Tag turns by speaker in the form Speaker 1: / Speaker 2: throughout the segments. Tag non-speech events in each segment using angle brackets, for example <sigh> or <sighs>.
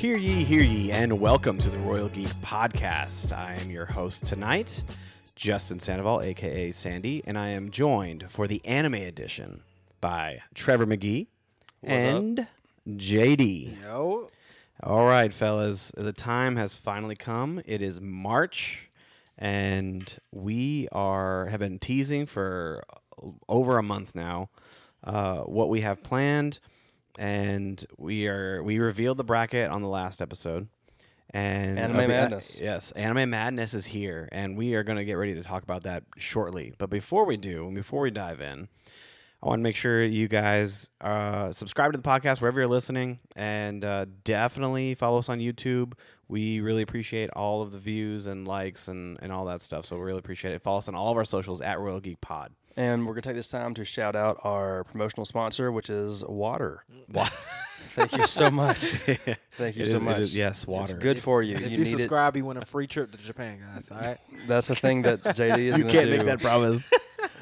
Speaker 1: ye, hear ye, and welcome to the Royal Geek Podcast. I am your host tonight, Justin Sandoval, aka Sandy, and I am joined for the anime edition by Trevor McGee and JD.
Speaker 2: Yo.
Speaker 1: All right, fellas, the time has finally come. It is March, and we are have been teasing for over a month now uh, what we have planned, and we are we revealed the bracket on the last episode. And of
Speaker 3: Anime
Speaker 1: the- uh,
Speaker 3: Madness.
Speaker 1: yes, Anime Madness is here, and we are going to get ready to talk about that shortly. But before we do, and before we dive in, I want to make sure you guys uh, subscribe to the podcast wherever you're listening, and uh, definitely follow us on YouTube. We really appreciate all of the views and likes and, and all that stuff. So we really appreciate it. Follow us on all of our socials at Royal Geek Pod.
Speaker 3: And we're going to take this time to shout out our promotional sponsor, which is water. <laughs> Thank you
Speaker 1: <laughs>
Speaker 3: so much. Thank you
Speaker 1: It
Speaker 3: so
Speaker 1: is- it
Speaker 3: much.
Speaker 1: is- yes,
Speaker 3: It's
Speaker 1: water.
Speaker 3: good for you.
Speaker 2: If
Speaker 3: you
Speaker 2: you,
Speaker 3: need
Speaker 2: subscribe, you win a free trip to Japan, guys. All right.
Speaker 3: it. That's the thing that JD
Speaker 1: <laughs>
Speaker 3: is
Speaker 1: you
Speaker 3: going to
Speaker 1: can't
Speaker 3: do
Speaker 1: make that promise.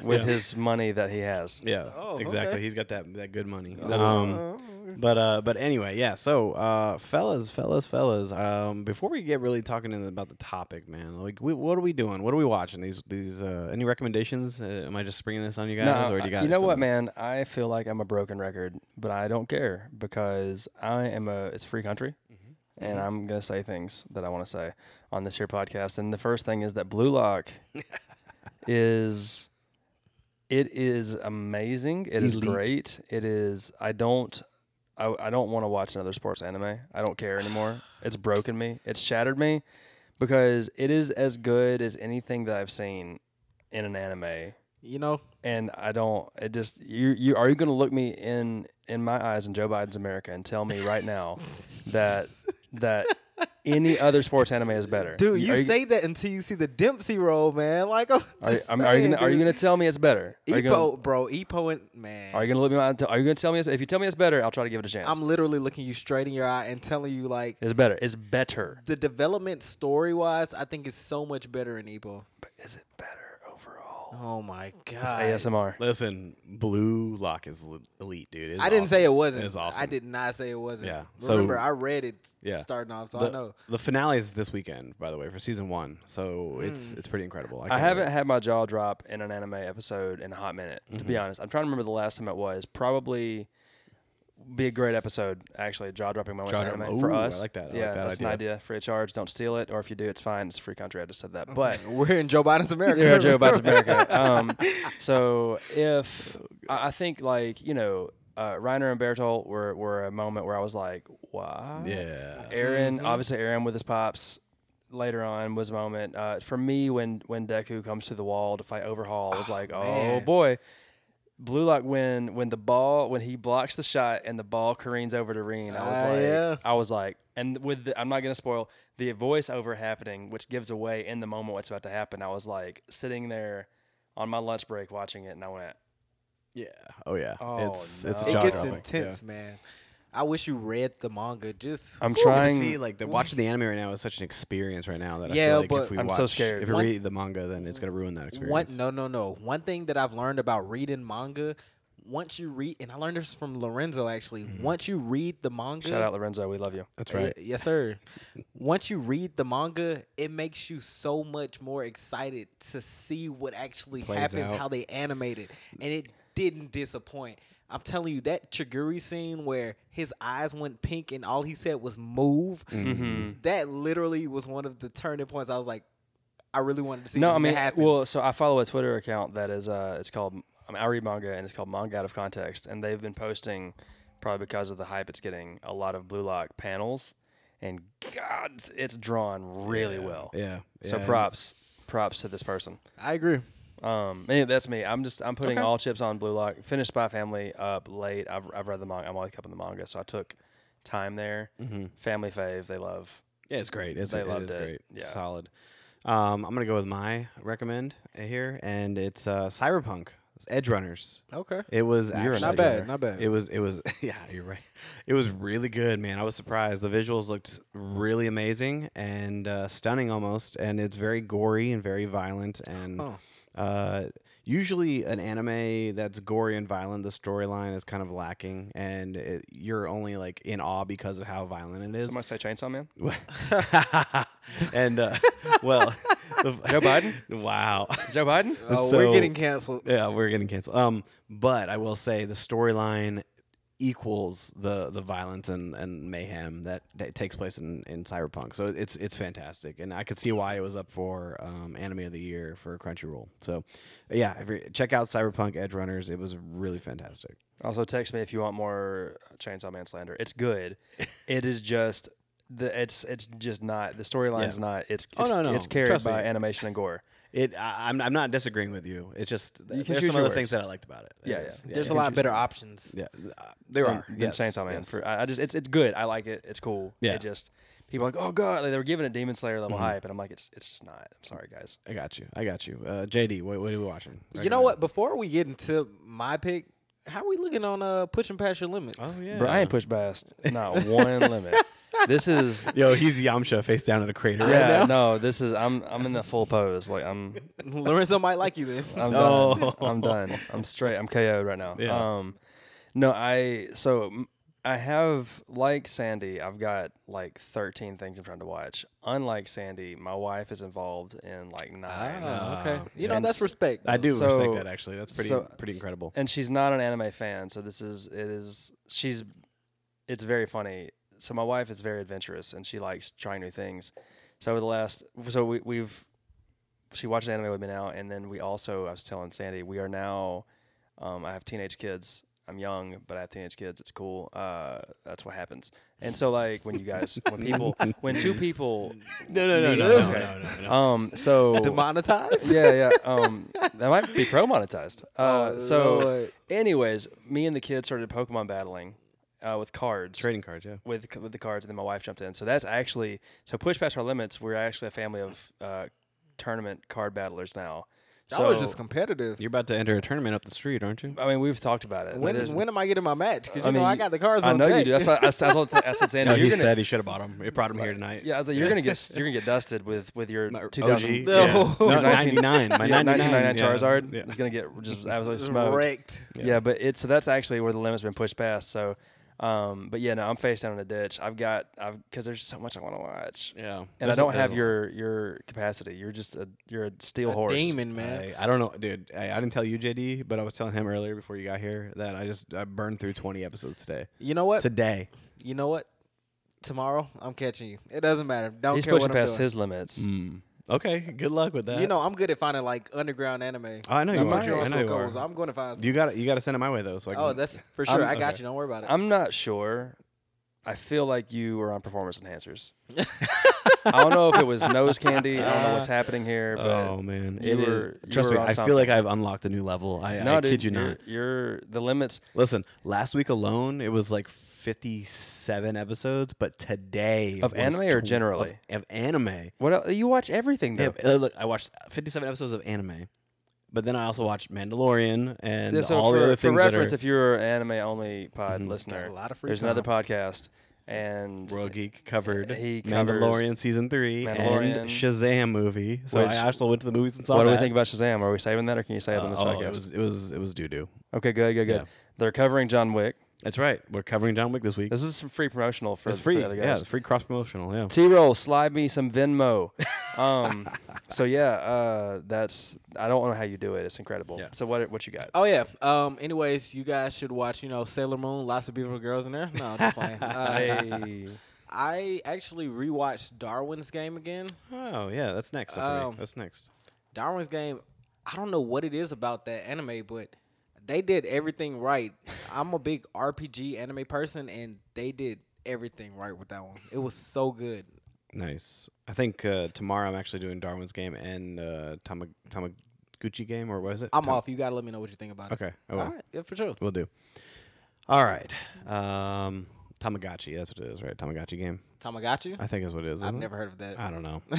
Speaker 3: with his money that he has.
Speaker 1: yeah,
Speaker 2: <laughs> Oh,
Speaker 1: exactly.
Speaker 2: okay. Oh.
Speaker 1: He's got that that good money.
Speaker 3: is-
Speaker 1: Um, But uh, but anyway, yeah. So uh, fellas, fellas, fellas. Um, before we get really talking in about the topic, man, like, we, what are we doing? What are we watching? These these uh, any recommendations? Uh, am I just springing this on you guys,
Speaker 3: No,
Speaker 1: or do
Speaker 3: I-
Speaker 1: you guys?
Speaker 3: you know what, man? I feel like I'm a broken record, but I don't care because I am a. It's a free country, and I'm gonna say things that I want to say on this here podcast. And the first thing is that Blue Lock is. It is amazing. It is
Speaker 1: Elite.
Speaker 3: great. It is. I don't. I, I don't want to watch another sports anime. I don't care anymore. It's broken me. It's shattered me because it is as good as anything that I've seen in an anime
Speaker 2: You know,
Speaker 3: and I don't. It just you. You are you going to look me in in my eyes in Joe Biden's America and tell me right
Speaker 2: <laughs>
Speaker 3: now that that any other sports anime is better,
Speaker 2: dude, you,
Speaker 3: are
Speaker 2: say that until you see the Dempsey roll, man. Like, I'm
Speaker 3: Are, you-
Speaker 2: just
Speaker 3: I'm- are you
Speaker 2: saying,
Speaker 3: gonna, are you
Speaker 2: dude.
Speaker 3: going to tell me it's better? Are you
Speaker 2: Epo,
Speaker 3: going?
Speaker 2: bro, Epo and man.
Speaker 3: Are you going to look me? in my eye and tell- Are you going to tell me it's, if you tell me it's better? I'll try to give it a chance.
Speaker 2: I'm literally looking you straight in your eye and telling you like
Speaker 3: it's better. It's better.
Speaker 2: the development story wise, I think is so much better in Epo.
Speaker 3: But is it better overall?
Speaker 2: Oh my
Speaker 3: It's
Speaker 2: god.
Speaker 3: ASMR.
Speaker 1: Listen, Blue Lock is l- elite, dude. It's
Speaker 2: I didn't say it wasn't.
Speaker 1: It's awesome.
Speaker 2: I did not say it wasn't.
Speaker 1: Yeah, so-
Speaker 2: Remember, I read it
Speaker 1: Yeah.
Speaker 2: starting off, so
Speaker 1: The,
Speaker 2: I know.
Speaker 1: the finale is this weekend, by the way, for season one.
Speaker 2: Hmm.
Speaker 1: So it's it's pretty incredible.
Speaker 3: I
Speaker 1: can't
Speaker 3: haven't
Speaker 1: wait.
Speaker 3: had my jaw drop in an anime episode in a hot minute, to
Speaker 1: Mm-hmm.
Speaker 3: be honest. I'm trying to remember the last time it was. Probably be a great episode, actually. Jaw dropping moments in
Speaker 1: Jaw-dropping-
Speaker 3: anime for
Speaker 1: Ooh, I
Speaker 3: us.
Speaker 1: like that. I like
Speaker 3: yeah,
Speaker 1: that
Speaker 3: that's an
Speaker 1: idea.
Speaker 3: idea. Free of charge. Don't steal it. Or if you do, it's fine. It's a free country. I just said
Speaker 1: <laughs>
Speaker 3: that. But
Speaker 2: We're in Joe
Speaker 3: <laughs>
Speaker 2: Biden's America.
Speaker 3: yeah, Joe Biden's America. Um, so if I I think like you know uh, Reiner and Bertolt were were a moment where I was like, wow.
Speaker 1: Yeah.
Speaker 3: Aaron,
Speaker 2: Mm-hmm.
Speaker 3: obviously Aaron with his pops later on was a moment. Uh, for me, when when Deku comes to the wall to fight Overhaul, I was like, oh
Speaker 2: man.
Speaker 3: boy. Blue Lock when when the ball when he blocks the shot and the ball careens over to Reen, I was
Speaker 2: Ah,
Speaker 3: like
Speaker 2: yeah.
Speaker 3: I was like and with the, I'm not gonna spoil the voiceover happening, which gives away in the moment what's about to happen. I was like sitting there on my lunch break watching it and I went,
Speaker 1: Yeah. Oh yeah.
Speaker 3: Oh,
Speaker 1: it's it's
Speaker 3: no.
Speaker 2: it gets
Speaker 1: jaw-dropping.
Speaker 2: intense, man. I wish you read the manga. Just
Speaker 3: I'm
Speaker 1: Ooh, but
Speaker 3: trying
Speaker 1: see like the, watching the anime right now is such an experience right now that I
Speaker 2: Yeah,
Speaker 1: feel like if
Speaker 2: but-
Speaker 1: we
Speaker 3: I'm
Speaker 1: watch,
Speaker 3: so scared.
Speaker 1: If we
Speaker 2: One-
Speaker 1: read the manga, then it's gonna ruin that experience.
Speaker 2: one. No, no, no. One thing that I've learned about reading manga, once you read, and I learned this from Lorenzo actually. Once you read the manga,
Speaker 3: Shout out Lorenzo, we love you.
Speaker 1: That's
Speaker 2: y-
Speaker 1: right.
Speaker 2: yes, sir. once you read the manga, it makes you so much more excited to see what actually
Speaker 1: Plays
Speaker 2: happens,
Speaker 1: out.
Speaker 2: how they animate it, and it didn't disappoint. I'm telling you that Chiguri scene where his eyes went pink and all he said was "move."
Speaker 3: Mm-hmm.
Speaker 2: <laughs> that literally was one of the turning points. I was like, I really wanted to see
Speaker 3: no,
Speaker 2: this
Speaker 3: I mean,
Speaker 2: happen.
Speaker 3: well, so I follow a Twitter account that is, uh, it's called, I, mean, I read manga and it's called Manga Out of Context, and they've been posting, probably because of the hype it's getting, a lot of Blue Lock panels, and God, it's- it's drawn really well.
Speaker 1: Yeah.
Speaker 3: So
Speaker 1: yeah.
Speaker 3: props, props to this person.
Speaker 2: I agree.
Speaker 3: Um, anyway, that's me. I'm just I'm putting all chips on Blue Lock. Finished Spy Family up late. I've, I've read the manga. I'm always up in the manga, so I took time there. Family fave. They love.
Speaker 1: Yeah, it's great. It's
Speaker 3: They
Speaker 1: it
Speaker 3: loved
Speaker 1: is
Speaker 3: it.
Speaker 1: great.
Speaker 3: Yeah.
Speaker 1: Solid. Um, I'm gonna go with my recommend eh, here, and it's uh, Cyberpunk Edge Runners.
Speaker 2: Okay.
Speaker 1: It was
Speaker 3: You're
Speaker 1: actually
Speaker 3: an Not
Speaker 2: bad, Edgerunner. not bad.
Speaker 1: It was it was <laughs> yeah, you're right. It was really good, man. I was surprised. The visuals looked really amazing and uh, stunning almost, and it's very gory and very violent and
Speaker 2: Oh.
Speaker 1: Uh, usually, an anime that's gory and violent, the storyline is kind of lacking, and it, you're only like in awe because of how violent it is.
Speaker 3: Somebody say Chainsaw Man.
Speaker 1: <laughs> and uh, well, <laughs> the-
Speaker 3: Joe Biden?
Speaker 1: <laughs> wow.
Speaker 3: Joe Biden.
Speaker 2: Oh,
Speaker 1: so-
Speaker 2: we're getting canceled.
Speaker 1: Yeah, we're getting canceled. Um, but I will say the storyline equals the the violence and, and mayhem that, that takes place in, in Cyberpunk. So it's it's fantastic, and I could see why it was up for um, Anime of the Year for Crunchyroll. So yeah, if you- check out Cyberpunk Edge Runners. It was really fantastic.
Speaker 3: Also, text me if you want more Chainsaw Man slander. It's good. it is just the it's it's just not the storyline's
Speaker 1: Yeah.
Speaker 3: not. It's
Speaker 1: Oh,
Speaker 3: it's,
Speaker 1: no, no.
Speaker 3: it's carried
Speaker 1: Trust me.
Speaker 3: by animation and gore.
Speaker 1: It I, I'm I'm not disagreeing with you. It's just
Speaker 3: You can
Speaker 1: there's
Speaker 3: choose
Speaker 1: some
Speaker 3: your
Speaker 1: other things
Speaker 3: words.
Speaker 1: that I liked about it. It
Speaker 3: Yeah,
Speaker 1: is.
Speaker 3: yeah.
Speaker 2: There's a
Speaker 3: yeah.
Speaker 2: lot better options.
Speaker 1: Yeah, uh, there
Speaker 3: than-
Speaker 1: are.
Speaker 3: than
Speaker 1: Yes,
Speaker 3: Chainsaw Man.
Speaker 1: yes.
Speaker 3: For, I I just it's it's good. I like it. It's cool.
Speaker 1: Yeah. Mm-hmm.
Speaker 3: It just people are like oh god like, they were giving it Demon Slayer level hype and I'm like it's it's just not. I'm sorry guys.
Speaker 1: I got you. I got you. Uh, JD, what, what are we watching?
Speaker 2: You know what? Before we get into my pick, how are we looking on uh pushing past your limits?
Speaker 1: Oh
Speaker 2: <laughs>
Speaker 1: yeah.
Speaker 3: Bro, I ain't pushed past not one limit. This is
Speaker 1: Yo, he's Yamcha face down in a crater <laughs>
Speaker 3: yeah
Speaker 1: right now.
Speaker 3: no this is I'm I'm in the full pose like I'm
Speaker 2: Lorenzo might like
Speaker 3: <laughs>
Speaker 2: you then. Oh,
Speaker 3: I'm done. I'm done. I'm straight. I'm KO'd right now.
Speaker 1: Oh. Yeah.
Speaker 3: Um, no, I so m- I have like Sandy. I've got like 13 things I'm trying to watch. Unlike Sandy, my wife is involved in like nine.
Speaker 1: Ah.
Speaker 2: okay. You know
Speaker 3: Uh, and
Speaker 2: that's
Speaker 3: s-
Speaker 2: respect.
Speaker 1: I do
Speaker 3: So-
Speaker 1: respect that actually. That's pretty
Speaker 3: so-
Speaker 1: pretty incredible.
Speaker 3: and she's not an anime fan so this is it is she's it's very funny so my wife is very adventurous and she likes trying new things so over the last so we, we've she watches anime with me now and then we also i was telling sandy we are now um, i have teenage kids i'm young but i have teenage kids it's cool uh, that's what happens and so like when you guys when people when two people
Speaker 1: <laughs> No, no, no,
Speaker 3: need-
Speaker 1: no, no,
Speaker 3: okay.
Speaker 1: no, no, no.
Speaker 3: um so
Speaker 2: Demonetized.
Speaker 3: yeah yeah um that might be pro monetized uh,
Speaker 2: <laughs> Oh,
Speaker 3: so
Speaker 2: Lord.
Speaker 3: Anyways, me and the kids started Pokemon battling uh, with cards.
Speaker 1: Trading cards, yeah.
Speaker 3: with, with the cards, and then my wife jumped in. So that's actually so push past our limits. We're actually a family of uh, tournament card battlers now. <laughs>
Speaker 2: y'all
Speaker 3: so
Speaker 2: are just competitive.
Speaker 1: You're about to enter a tournament up the street, aren't you?
Speaker 3: I mean, we've talked about it. There's-
Speaker 2: When, when am I getting my match? Because you
Speaker 3: I
Speaker 2: know
Speaker 3: mean,
Speaker 2: I got the cards
Speaker 3: I
Speaker 2: on
Speaker 3: know you
Speaker 2: deck.
Speaker 3: do. That's why I, s- I told
Speaker 2: <laughs>
Speaker 3: I said Sandy.
Speaker 1: no,
Speaker 3: you're
Speaker 1: he
Speaker 3: gonna,
Speaker 1: said he should have bought him. It brought him here tonight.
Speaker 3: Yeah, I was like, you're gonna get s- you're gonna get dusted with with your
Speaker 1: My
Speaker 3: 2000
Speaker 1: OG,
Speaker 2: No.
Speaker 1: yeah.
Speaker 3: <laughs>
Speaker 1: no, 99. My 99,
Speaker 3: 1999
Speaker 1: yeah.
Speaker 3: Charizard
Speaker 1: Yeah.
Speaker 3: is gonna get just
Speaker 2: <laughs>
Speaker 3: absolutely
Speaker 2: Just
Speaker 3: smoked.
Speaker 2: wrecked.
Speaker 1: Yeah.
Speaker 3: Yeah. but it's so that's actually where the limit's been pushed past. So, um, but yeah, no, I'm face down in a ditch. I've got I've because there's so much I want to watch,
Speaker 1: Yeah.
Speaker 3: and I don't have your your capacity. You're just a you're a steel
Speaker 2: A
Speaker 3: horse.
Speaker 2: demon, man.
Speaker 1: I, I don't know, dude. I, I didn't tell you, JD, but I was telling him earlier before you got here that I just I burned through 20 episodes today.
Speaker 2: You know what?
Speaker 1: Today.
Speaker 2: You know what? Tomorrow I'm catching you. It doesn't matter. Don't
Speaker 3: He's
Speaker 2: care
Speaker 3: pushing
Speaker 2: what I'm
Speaker 3: past
Speaker 2: doing.
Speaker 3: his limits.
Speaker 1: Mm. Okay. Good luck with that. Oh,
Speaker 2: You know I'm good at finding like underground anime.
Speaker 1: I know you
Speaker 3: I'm
Speaker 1: are.
Speaker 3: not sure
Speaker 1: I know you
Speaker 2: goals.
Speaker 1: are.
Speaker 2: I'm going to find.
Speaker 1: You got you got to send it my way though, so I can.
Speaker 2: oh, that's for sure.
Speaker 3: I'm-
Speaker 2: I got
Speaker 1: okay.
Speaker 2: you. Don't worry about it.
Speaker 3: I'm not sure. I feel like you were on performance enhancers. I don't know if it was nose candy. I don't know what's happening here, but
Speaker 1: Oh man,
Speaker 3: you
Speaker 1: it is-
Speaker 3: were- you
Speaker 1: Trust
Speaker 3: were
Speaker 1: me,
Speaker 3: on
Speaker 1: I feel like
Speaker 3: something.
Speaker 1: I've unlocked a new level. I,
Speaker 3: no,
Speaker 1: I
Speaker 3: dude,
Speaker 1: kid you
Speaker 3: you're,
Speaker 1: not.
Speaker 3: You're the limits.
Speaker 1: Listen, last week alone it was like fifty-seven episodes, but today
Speaker 3: Of
Speaker 1: was
Speaker 3: anime or
Speaker 1: tw-
Speaker 3: generally?
Speaker 1: of, of anime.
Speaker 3: What el you watch everything though?
Speaker 1: Yeah, uh, look, I watched fifty-seven episodes of anime, but then I also watched Mandalorian and
Speaker 3: Yeah, so
Speaker 1: all
Speaker 3: for,
Speaker 1: the other
Speaker 3: for
Speaker 1: things
Speaker 3: reference,
Speaker 1: that
Speaker 3: if you're an anime only pod
Speaker 1: Mhm.
Speaker 3: listener,
Speaker 2: Got a lot of free
Speaker 3: there's
Speaker 2: time.
Speaker 3: another podcast, and
Speaker 1: are World Geek covered.
Speaker 3: he covers
Speaker 1: Mandalorian season three
Speaker 3: Mandalorian,
Speaker 1: and Shazam movie. So
Speaker 3: which-
Speaker 1: I actually went to the movies and saw
Speaker 3: what do
Speaker 1: that.
Speaker 3: we think about Shazam? Are we saving that, or can you say it on this
Speaker 1: Uh, oh,
Speaker 3: podcast?
Speaker 1: it was it was it was doo doo.
Speaker 3: okay, good, good, good.
Speaker 1: Yeah.
Speaker 3: They're covering John Wick.
Speaker 1: That's right. We're covering John Wick this week.
Speaker 3: This is some free promotional for,
Speaker 1: It's
Speaker 3: for
Speaker 1: free.
Speaker 3: the other
Speaker 1: Yeah,
Speaker 3: guys.
Speaker 1: it's free cross promotional. Yeah.
Speaker 3: T roll, slide me
Speaker 1: <laughs>
Speaker 3: some Venmo. um, so yeah, uh, that's I don't know how you do it. It's incredible.
Speaker 1: Yeah.
Speaker 3: So what what you got?
Speaker 2: Oh yeah. Um. Anyways, you guys should watch. You know, Sailor Moon. Lots of beautiful girls in there. No, I'm just
Speaker 3: <laughs>
Speaker 2: playing.
Speaker 1: <laughs>
Speaker 2: Uh,
Speaker 3: Hey.
Speaker 2: I actually rewatched Darwin's Game again.
Speaker 1: Oh yeah, that's next. That's, for me.
Speaker 2: Um,
Speaker 1: that's next.
Speaker 2: Darwin's Game. I don't know what it is about that anime, but they did everything right. I'm a big RPG anime person, and they did everything right with that one. It was so good.
Speaker 1: Nice. I think uh, tomorrow I'm actually doing Darwin's game and uh, Tama- Tamaguchi game, or was it?
Speaker 2: I'm
Speaker 1: Tam-
Speaker 2: off. You gotta let me know what you think about it.
Speaker 1: Okay. I will.
Speaker 2: All right. Yeah, for sure.
Speaker 1: We'll do. All right. Um, Tamagotchi. That's what it is, right? Tamagotchi game.
Speaker 2: Tamagotchi.
Speaker 1: I think is what it is.
Speaker 2: I've
Speaker 1: isn't it?
Speaker 2: never heard of that.
Speaker 1: I don't know.
Speaker 2: <laughs>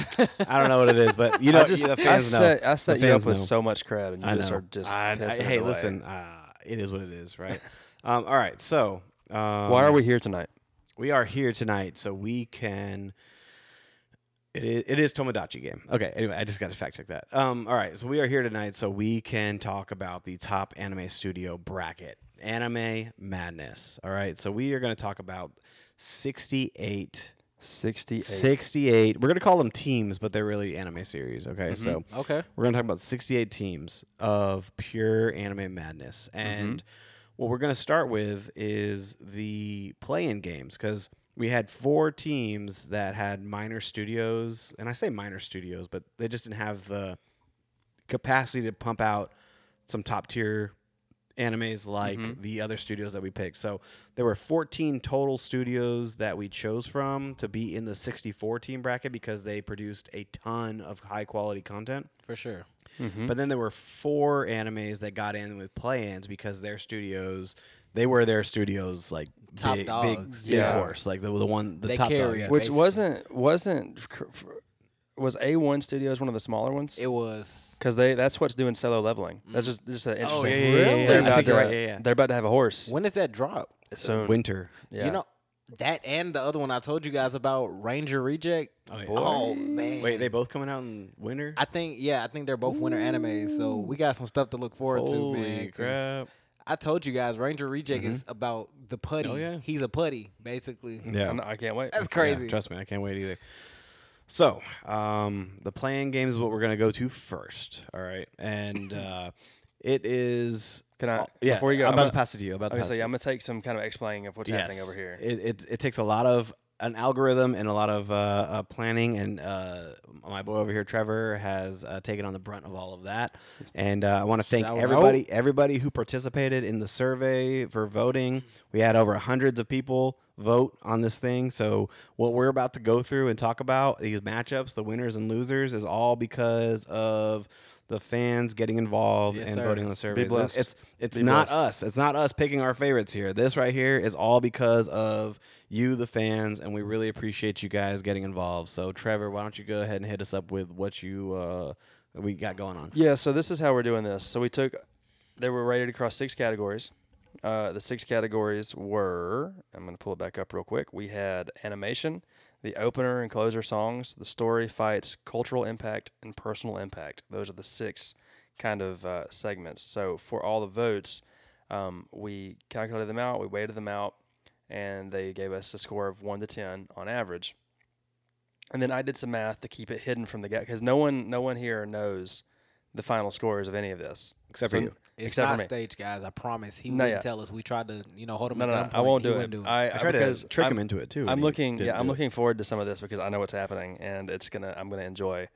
Speaker 1: I don't know what it is, but you know,
Speaker 3: I just
Speaker 1: the
Speaker 3: I
Speaker 1: fans know.
Speaker 3: set, I set
Speaker 1: the
Speaker 3: you
Speaker 1: fans
Speaker 3: up with
Speaker 1: know.
Speaker 3: so much credit, and you
Speaker 1: I
Speaker 3: just
Speaker 1: know.
Speaker 3: are just
Speaker 1: I- I-
Speaker 3: pissing it
Speaker 1: hey,
Speaker 3: away.
Speaker 1: listen. Uh, it is what it is, right? um, all right. So. Um,
Speaker 3: Why are we here tonight?
Speaker 1: we are here tonight so we can It is, it is Tomodachi game. Okay, anyway, I just got to fact check that. Um, all right, so we are here tonight so we can talk about the top anime studio bracket, Anime Madness. All right, so we are going to talk about 68
Speaker 3: 68.
Speaker 1: 68. We're going to call them teams, but they're really anime series, okay? So
Speaker 2: Okay.
Speaker 1: we're going to talk about 68 teams of pure anime madness. And what we're going to start with is the play in games because we had four teams that had minor studios. And I say minor studios, but they just didn't have the capacity to pump out some top tier animes like the other studios that we picked. So there were 14 total studios that we chose from to be in the 64 team bracket because they produced a ton of high quality content.
Speaker 2: For sure.
Speaker 3: Mm-hmm.
Speaker 2: Mm-hmm.
Speaker 1: But then there were four animes that got in with play-ins because their studios, they were their studios like
Speaker 2: Top
Speaker 1: big,
Speaker 2: dogs,
Speaker 1: big,
Speaker 3: yeah.
Speaker 1: big horse, like the, the one the
Speaker 2: They
Speaker 1: top
Speaker 2: carry
Speaker 1: dog.
Speaker 2: it.
Speaker 1: yeah.
Speaker 3: Which
Speaker 2: basically.
Speaker 3: wasn't, wasn't, cr- fr- was A1 Studios one of the smaller ones?
Speaker 2: It was.
Speaker 3: Because they that's what's doing solo leveling. That's just, just an interesting.
Speaker 1: Mm. Oh, yeah, yeah, yeah, yeah,
Speaker 3: They're,
Speaker 2: yeah. I
Speaker 3: about
Speaker 2: think
Speaker 3: to,
Speaker 1: you're right, yeah, yeah. uh,
Speaker 3: they're about to have a horse
Speaker 2: When does that drop?
Speaker 3: soon.
Speaker 1: Winter.
Speaker 3: yeah.
Speaker 2: You know, that and the other one I told you guys about, Ranger Reject.
Speaker 1: Oh, yeah.
Speaker 2: Oh, man.
Speaker 1: Wait, they both coming out in winter?
Speaker 2: I think, yeah, I think they're both winter animes. So we got some stuff to look forward to, man. 'cause I told you guys, Ranger Reject is
Speaker 3: Mm-hmm.
Speaker 2: about the putty.
Speaker 1: Oh, yeah.
Speaker 2: He's a putty, basically.
Speaker 1: Yeah.
Speaker 3: I'm not- I can't wait.
Speaker 2: That's
Speaker 1: Yeah,
Speaker 2: crazy.
Speaker 1: trust me, I can't wait either. So, um, the playing game is what we're gonna go to first. All right,
Speaker 2: <laughs>
Speaker 1: and uh, it is.
Speaker 3: Can I-
Speaker 1: oh, <laughs> yeah,
Speaker 3: before you go,
Speaker 1: I'm
Speaker 3: I'm
Speaker 1: about
Speaker 3: gonna-
Speaker 1: to pass it to you. I'm About to
Speaker 3: Okay,
Speaker 1: pass
Speaker 3: so
Speaker 1: it
Speaker 3: yeah,
Speaker 1: to
Speaker 3: I'm gonna take some kind of explaining of what's
Speaker 1: you.
Speaker 3: happening over here.
Speaker 1: It, it it takes a lot of an algorithm and a lot of uh, uh, planning, and uh, my boy over here, Trevor, has uh, taken on the brunt of all of that. And uh, I want to thank
Speaker 2: Shout out.
Speaker 1: everybody everybody who participated in the survey for voting. We had over hundreds of people vote on this thing. So what we're about to go through and talk about these matchups, the winners and losers, is all because of the fans getting involved
Speaker 2: Yes,
Speaker 1: and
Speaker 2: sir.
Speaker 1: voting on the surveys.
Speaker 3: blessed.
Speaker 1: It's it's
Speaker 3: Be
Speaker 1: not us.
Speaker 3: blessed.
Speaker 1: It's not us picking our favorites here. This right here is all because of you, the fans, and we really appreciate you guys getting involved. So Trevor, why don't you go ahead and hit us up with what you uh, we got going on?
Speaker 3: Yeah, so this is how we're doing this. So we took, they were rated across six categories. Uh, the six categories were, I'm going to pull it back up real quick. We had animation, the opener and closer songs, the story, fights, cultural impact, and personal impact. Those are the six kind of uh, segments. So for all the votes, um, we calculated them out, we weighted them out, and they gave us a score of one to 10 on average. And then I did some math to keep it hidden from the guy because no one, no one here knows the final scores of any of this
Speaker 1: Except
Speaker 3: So-
Speaker 1: for you.
Speaker 2: It's
Speaker 3: Except for
Speaker 2: not
Speaker 3: me.
Speaker 2: staged, guys. I promise. He
Speaker 3: No,
Speaker 2: wouldn't
Speaker 3: yeah.
Speaker 2: tell us. We tried to, you know, hold him
Speaker 3: No,
Speaker 2: at
Speaker 3: no, no,
Speaker 2: gunpoint.
Speaker 3: I won't
Speaker 2: He
Speaker 3: do
Speaker 2: wouldn't
Speaker 3: it. I,
Speaker 1: I tried
Speaker 3: because
Speaker 1: to Uh, trick
Speaker 3: I'm,
Speaker 1: him into it too. and
Speaker 3: I'm
Speaker 1: he
Speaker 3: looking.
Speaker 1: didn't
Speaker 3: Yeah, I'm
Speaker 1: do it.
Speaker 3: looking forward to some of this because I know what's happening, and it's gonna. I'm gonna enjoy. I'm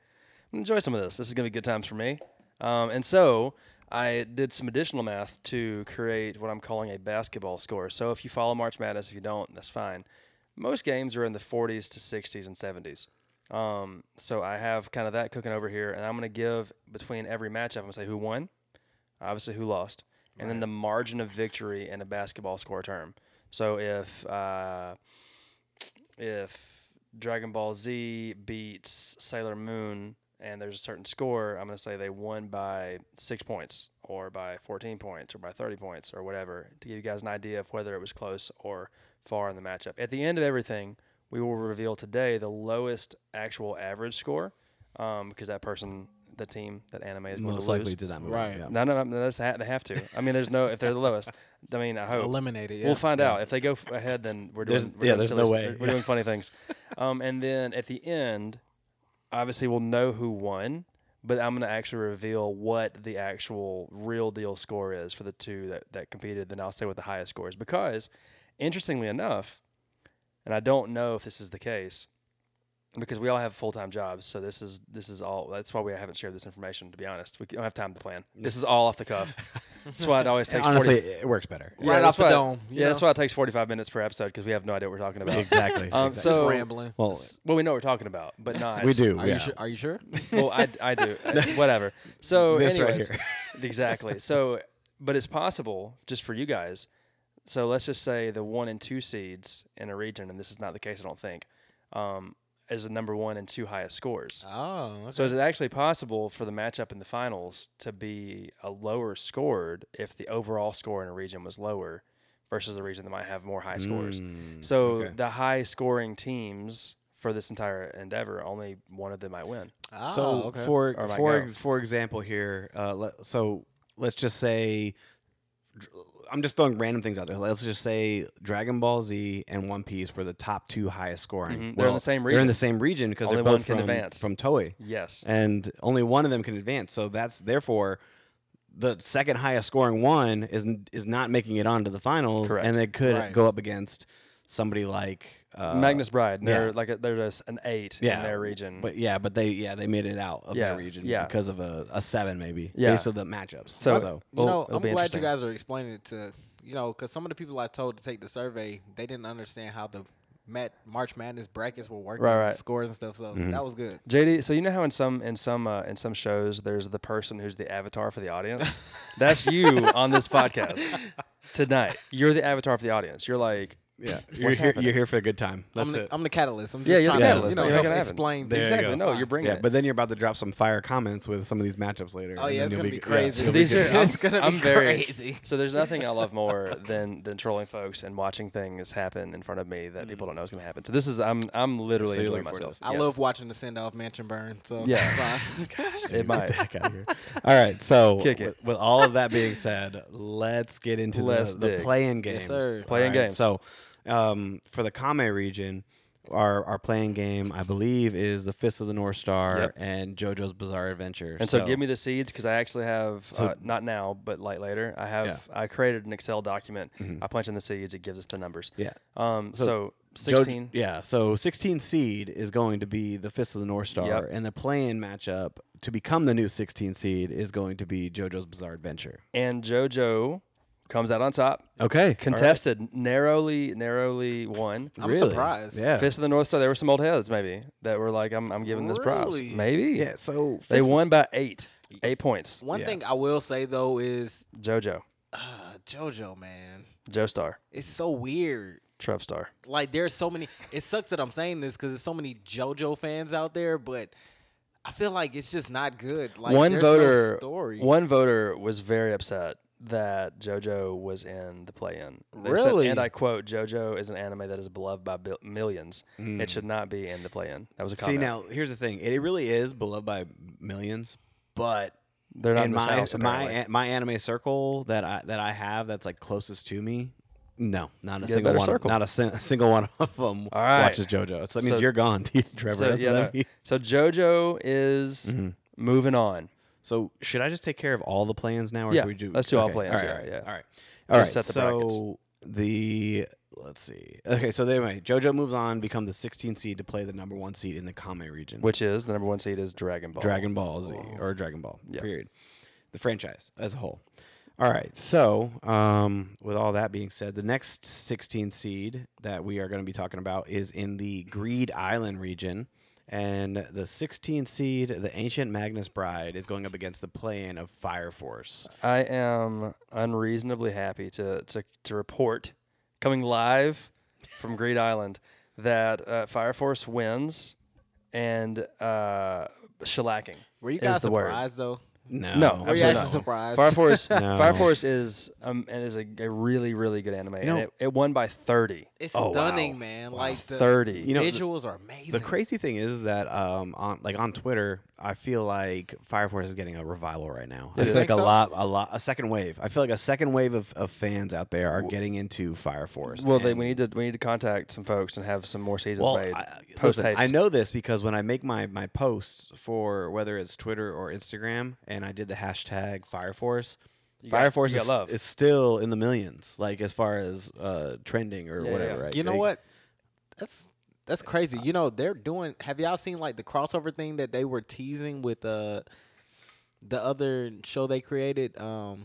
Speaker 3: gonna enjoy some of this. This is gonna be good times for me. Um, and so I did some additional math to create what I'm calling a basketball score. So if you follow March Madness, if you don't, that's fine. Most games are in the 40s to 60s and 70s. Um, so I have kind of that cooking over here, and I'm gonna give between every matchup. I'm gonna say who won, obviously who lost, and then the margin of victory in a basketball score term. So if uh, if Dragon Ball Z beats Sailor Moon and there's a certain score, I'm going to say they won by six points or by 14 points or by 30 points or whatever to give you guys an idea of whether it was close or far in the matchup. At the end of everything, we will reveal today the lowest actual average score um, because that person, the team, that anime is going
Speaker 1: Most
Speaker 3: to lose.
Speaker 1: likely did not move. it,
Speaker 2: Right.
Speaker 1: yeah.
Speaker 3: No, no, no, that's ha- they have to. I mean, there's no if they're the lowest. I mean, I hope
Speaker 2: Eliminated. Yeah.
Speaker 3: we'll find out if they go f- ahead. Then we're doing
Speaker 1: There's-
Speaker 3: we're
Speaker 1: yeah,
Speaker 3: doing
Speaker 1: there's
Speaker 3: silly
Speaker 1: no
Speaker 3: st-
Speaker 1: way.
Speaker 3: we're doing funny things. Um, and then at the end, obviously we'll know who won, but I'm gonna actually reveal what the actual real deal score is for the two that that competed. Then I'll say what the highest score is because, interestingly enough, and I don't know if this is the case because we all have full time jobs. So this is this is all. That's why we haven't shared this information. To be honest, we don't have time to plan. This is all off the cuff. that's why it always takes. 40
Speaker 1: Honestly, it works
Speaker 3: <laughs>
Speaker 1: better.
Speaker 2: Right
Speaker 3: that's
Speaker 2: off the
Speaker 3: why-
Speaker 2: dome, you
Speaker 3: Yeah, that's
Speaker 2: know?
Speaker 3: why it takes 45 minutes per episode because we have no idea what we're
Speaker 1: <laughs>
Speaker 3: talking about.
Speaker 1: Exactly.
Speaker 3: Um,
Speaker 1: exactly.
Speaker 3: so-
Speaker 2: rambling.
Speaker 3: <laughs>
Speaker 1: well,
Speaker 3: well, we know what we're talking about,
Speaker 1: <laughs>
Speaker 3: but not.
Speaker 1: we do.
Speaker 2: Are
Speaker 1: yeah.
Speaker 2: you sure? Are you sure?
Speaker 3: <laughs> Well, I,
Speaker 1: <laughs>
Speaker 3: I do. Uh, Whatever. So,
Speaker 1: This right
Speaker 3: anyways, <laughs> exactly. So, but it's possible just for you guys. So let's just say the one and two seeds in a region, and this is not the case, I don't think, um, is the number one and two highest scores.
Speaker 1: Ah,
Speaker 2: Oh,
Speaker 3: So is it actually possible for the matchup in the finals to be a lower scored if the overall score in a region was lower versus a region that might have more high scores?
Speaker 1: Mm,
Speaker 3: So
Speaker 1: okay.
Speaker 3: the high scoring teams for this entire endeavor, only one of them might win.
Speaker 1: so
Speaker 2: Ah, okay.
Speaker 1: for
Speaker 3: Oh, Or might
Speaker 1: for
Speaker 3: go.
Speaker 1: ex- for example here, uh, let, so let's just say I'm just throwing random things out there. Let's just say Dragon Ball Z and One Piece were the top two highest scoring.
Speaker 3: Mhm. They're in the same
Speaker 1: They're in
Speaker 3: region.
Speaker 1: the same region because they're
Speaker 3: Only one
Speaker 1: both
Speaker 3: can
Speaker 1: from,
Speaker 3: advance.
Speaker 1: from Toei,
Speaker 3: Yes.
Speaker 1: and only one of them can advance. So that's therefore the second highest scoring one is n- is not making it onto the finals,
Speaker 3: Correct.
Speaker 1: and it could
Speaker 2: Right.
Speaker 1: go up agaagainst somebody like uh,
Speaker 3: Magnus Bride.
Speaker 1: yeah.
Speaker 3: They're like a, they're just an eight
Speaker 1: Yeah,
Speaker 3: in their region.
Speaker 1: But yeah, but they yeah they made it out of
Speaker 3: Mm-hmm. Yeah,
Speaker 1: their region
Speaker 3: yeah.
Speaker 1: because of a, a seven maybe
Speaker 3: Yeah.
Speaker 1: based on the matchups. So,
Speaker 3: So-
Speaker 2: You
Speaker 3: Well,
Speaker 2: know,
Speaker 3: oh, it'll
Speaker 2: I'm
Speaker 3: be
Speaker 2: glad you
Speaker 3: interesting.
Speaker 2: guys are explaining it to you know because some of the people I told to take the survey, they didn't understand how the Mat- March Madness brackets were working,
Speaker 3: Right, Mm-hmm. right.
Speaker 2: scores and stuff. So that was good.
Speaker 3: JD, so you know how in some in some uh, in some shows there's the person who's the avatar for the
Speaker 2: <laughs>
Speaker 3: audience. That's you on this podcast tonight. You're the avatar for the audience. You're like
Speaker 1: <laughs> yeah, you're here, you're here for a good time. That's
Speaker 2: I'm the,
Speaker 1: it.
Speaker 2: I'm the catalyst. I'm just
Speaker 3: Yeah, you're
Speaker 2: trying
Speaker 3: the
Speaker 2: to you
Speaker 1: catalyst.
Speaker 2: know
Speaker 1: You're
Speaker 2: help
Speaker 3: making it happen.
Speaker 2: explain
Speaker 1: There
Speaker 2: things.
Speaker 1: you
Speaker 3: exactly
Speaker 1: go.
Speaker 3: no. You're bringing
Speaker 1: yeah,
Speaker 3: it.
Speaker 1: but then you're about to drop some fire comments with some of these matchups later.
Speaker 2: Oh
Speaker 1: and then
Speaker 2: yeah, it's
Speaker 1: you'll <laughs>
Speaker 2: gonna
Speaker 1: yeah,
Speaker 2: be
Speaker 1: it's
Speaker 2: crazy.
Speaker 1: gonna be
Speaker 3: These are-
Speaker 1: good. <laughs>
Speaker 3: I'm-
Speaker 2: it's gonna
Speaker 3: I'm
Speaker 2: be
Speaker 3: very-
Speaker 2: crazy.
Speaker 3: so there's nothing I love more than than trolling folks and watching things happen in front of me that people don't know is going to happen. So this is I'm I'm literally
Speaker 1: So you're
Speaker 3: enjoying
Speaker 1: looking forward
Speaker 3: myself.
Speaker 1: to
Speaker 2: I
Speaker 3: Yes.
Speaker 2: love watching the send off mansion burn. So
Speaker 3: Yeah.
Speaker 2: <laughs> it's fine. Gosh.
Speaker 3: it.
Speaker 1: Get
Speaker 3: Might
Speaker 1: the <laughs> heck out of here. All right, so
Speaker 3: <laughs> Kick it.
Speaker 1: with, with all of that being said, let's get into
Speaker 3: Let's
Speaker 1: the, the
Speaker 3: dig.
Speaker 1: playing games.
Speaker 2: sir.
Speaker 3: Play-in
Speaker 1: All
Speaker 3: games.
Speaker 1: So, um, for the Kame region, our our playing game, I believe, is the Fist of the North Star
Speaker 3: Yep.
Speaker 1: and JoJo's Bizarre Adventure.
Speaker 3: And so, give me the seeds because I actually have
Speaker 1: So-
Speaker 3: uh, not now, but like later. I have
Speaker 1: Yeah.
Speaker 3: I created an Excel document. I punch in the seeds. It gives us the numbers.
Speaker 1: yeah.
Speaker 3: Um.
Speaker 1: So-
Speaker 3: So,
Speaker 1: Jo-
Speaker 3: sixteen.
Speaker 1: yeah, so 16 seed is going to be the Fist of the North Star,
Speaker 3: Yep.
Speaker 1: and the playing matchup to become the new 16 seed is going to be JoJo's Bizarre Adventure.
Speaker 3: and JoJo comes out on top.
Speaker 1: Okay,
Speaker 3: Contested, narrowly, narrowly won.
Speaker 2: I'm
Speaker 1: really?
Speaker 2: surprised.
Speaker 1: Yeah,
Speaker 3: Fist of the North Star. There were some old heads maybe that were like, "I'm, I'm giving this props."
Speaker 2: Really?
Speaker 3: Maybe.
Speaker 1: yeah. So
Speaker 3: They
Speaker 1: Fist-
Speaker 3: won by eight, eight points.
Speaker 2: One
Speaker 1: Yeah.
Speaker 2: thing I will say though is
Speaker 3: JoJo,
Speaker 2: uh, JoJo, man,
Speaker 3: Joe Star,
Speaker 2: it's so weird.
Speaker 3: Trev Star.
Speaker 2: like there's so many it sucks that i'm saying this because there's so many jojo fans out there but i feel like it's just not good like
Speaker 3: one
Speaker 2: there's
Speaker 3: voter,
Speaker 2: no story
Speaker 3: one voter was very upset that JoJo was in the play-in. They said,
Speaker 2: Really?
Speaker 3: and I quote: "JoJo is an anime that is beloved by bil- millions. It should not be in the play-in." That was a comment.
Speaker 1: Hmm. See now, here's the thing. It really is beloved by millions, but
Speaker 3: they're not
Speaker 1: in
Speaker 3: in this
Speaker 1: my
Speaker 3: house.
Speaker 1: my
Speaker 3: apparently.
Speaker 1: an- my anime circle that I that I have that's like closest to me. No, not a
Speaker 3: a
Speaker 1: single
Speaker 3: better
Speaker 1: one.
Speaker 3: circle.
Speaker 1: Not a, sin- <laughs> a single one of them
Speaker 3: All right.
Speaker 1: watches JoJo. So that means
Speaker 3: So-
Speaker 1: you're gone, <laughs> Trevor.
Speaker 3: so,
Speaker 1: that's
Speaker 3: yeah,
Speaker 1: what
Speaker 3: no.
Speaker 1: that means. Mm-hmm.
Speaker 3: so JoJo is moving on.
Speaker 1: So should I just take care of all the plans now, or
Speaker 3: Yeah,
Speaker 1: should we do?
Speaker 3: let's do all plans,
Speaker 1: All right,
Speaker 3: yeah,
Speaker 1: all right,
Speaker 3: yeah.
Speaker 1: all right. All right.
Speaker 3: Just set the
Speaker 1: so the let's see. Okay, so anyway, JoJo moves on, become the 16th seed to play the number one seed in the Kame region,
Speaker 3: Which is the number one seed is Dragon Ball.
Speaker 1: Dragon Ball Z or Dragon Ball.
Speaker 3: Yeah.
Speaker 1: Period. The franchise as a whole. All right. So, um, with all that being said, the next 16 seed that we are going to be talking about is in the Greed Island region. And the 16 seed, the Ancient Magnus Bride, is going up against the play-in of Fire Force.
Speaker 3: I am unreasonably happy to to, to report, coming live from Greed Island, that uh, Fire Force wins, and uh, shellacking.
Speaker 2: were you
Speaker 3: is
Speaker 2: guys
Speaker 3: the word.
Speaker 2: surprised though
Speaker 1: No,
Speaker 3: No,
Speaker 2: were
Speaker 3: absolutely
Speaker 2: you actually
Speaker 3: not.
Speaker 2: surprised
Speaker 3: Fire
Speaker 1: <laughs>
Speaker 3: Force,
Speaker 1: No.
Speaker 3: Fire Force is um and is a, a really really good anime. and
Speaker 1: know-
Speaker 3: it, it won by thirty.
Speaker 2: it's
Speaker 1: Oh, wow.
Speaker 2: stunning man like the
Speaker 3: thirty.
Speaker 1: You know, the-
Speaker 2: visuals are amazing
Speaker 1: The crazy thing is that um, on like on Twitter, I feel like Fire Force is getting a revival right now. I
Speaker 3: It
Speaker 1: feel
Speaker 3: is.
Speaker 1: like a
Speaker 2: Think so?
Speaker 1: lot, a lot, a second wave. I feel like a second wave of, of fans out there are getting into Fire Force.
Speaker 3: well, they,
Speaker 1: and-
Speaker 3: we need to we need to contact some folks and have some more seasons
Speaker 1: well,
Speaker 3: made.
Speaker 1: I,
Speaker 3: Post
Speaker 1: listen,
Speaker 3: haste.
Speaker 1: I know this because when I make my my posts for whether it's Twitter or Instagram, and I did the hashtag Fire Force.
Speaker 3: got-
Speaker 1: Fire Force
Speaker 3: you got
Speaker 1: is,
Speaker 3: love.
Speaker 1: is still in the millions, like as far as uh, trending or
Speaker 3: Yeah,
Speaker 1: whatever.
Speaker 3: yeah.
Speaker 1: Right?
Speaker 2: you know
Speaker 1: They-
Speaker 2: what that's that's crazy you know they're doing have y'all seen like the crossover thing that they were teasing with uh the other show they created um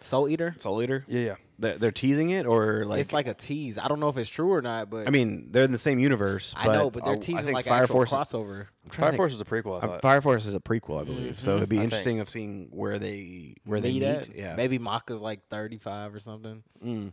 Speaker 2: soul eater
Speaker 1: Soul Eater?
Speaker 3: Yeah, yeah.
Speaker 1: They're, they're teasing it, or like
Speaker 2: it's like a tease i don't know if it's true or not but
Speaker 1: I mean, they're in the same universe.
Speaker 2: I know, but
Speaker 1: uh,
Speaker 2: they're
Speaker 1: I
Speaker 2: teasing
Speaker 1: think
Speaker 2: like an
Speaker 1: Fire
Speaker 2: actual
Speaker 1: Force.
Speaker 2: crossover.
Speaker 1: I'm trying
Speaker 3: Fire
Speaker 1: to
Speaker 3: Force is a prequel. I
Speaker 1: think. Um,
Speaker 3: thought.
Speaker 1: Fire Force is a prequel, I believe. So it'd be
Speaker 2: Mm-hmm.
Speaker 3: I
Speaker 1: interesting of seeing where they where they meet.
Speaker 2: at.
Speaker 1: Yeah,
Speaker 2: Maybe Maka's like 35 or something.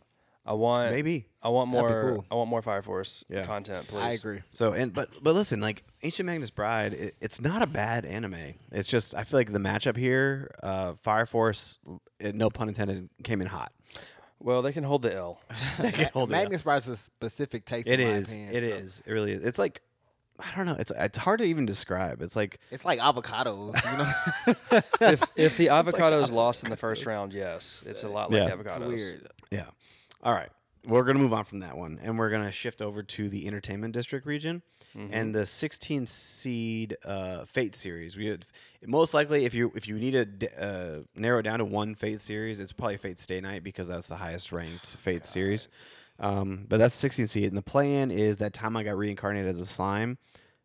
Speaker 3: I want
Speaker 1: maybe.
Speaker 3: I want
Speaker 2: That'd be
Speaker 3: more.
Speaker 2: cool.
Speaker 3: I want more Fire Force
Speaker 1: Yeah.
Speaker 3: content, please.
Speaker 1: <laughs>
Speaker 2: I agree.
Speaker 1: So and but but listen, like Ancient Magnus Bride, it, it's not a bad anime. It's just I feel like the matchup here, uh, Fire Force, l- eh, no pun intended, came in hot. <laughs>
Speaker 3: Well, they can hold the L.
Speaker 1: They can hold it up.
Speaker 2: Magnus Price is a specific taste.
Speaker 1: It
Speaker 2: in my
Speaker 1: is.
Speaker 2: opinion,
Speaker 1: It
Speaker 2: so.
Speaker 1: is. It really is. It's like I don't know. It's it's hard to even describe. It's like
Speaker 2: It's like avocados, you know. <laughs>
Speaker 3: if if the avocado is lost in the first round, yes, it's a lot like
Speaker 1: Yeah.
Speaker 3: avocados.
Speaker 2: Weird.
Speaker 1: yeah. All right. We're going to move on from that one and we're going to shift over to the entertainment district region
Speaker 3: Mm-hmm.
Speaker 1: and the 16 seed uh, fate series. We had, most likely if you if you need to d- uh, narrow it down to one fate series, it's probably Fate's Day Night because that's the highest ranked fate series. Um, but that's 16 seed and the plan is that time I got reincarnated as a slime,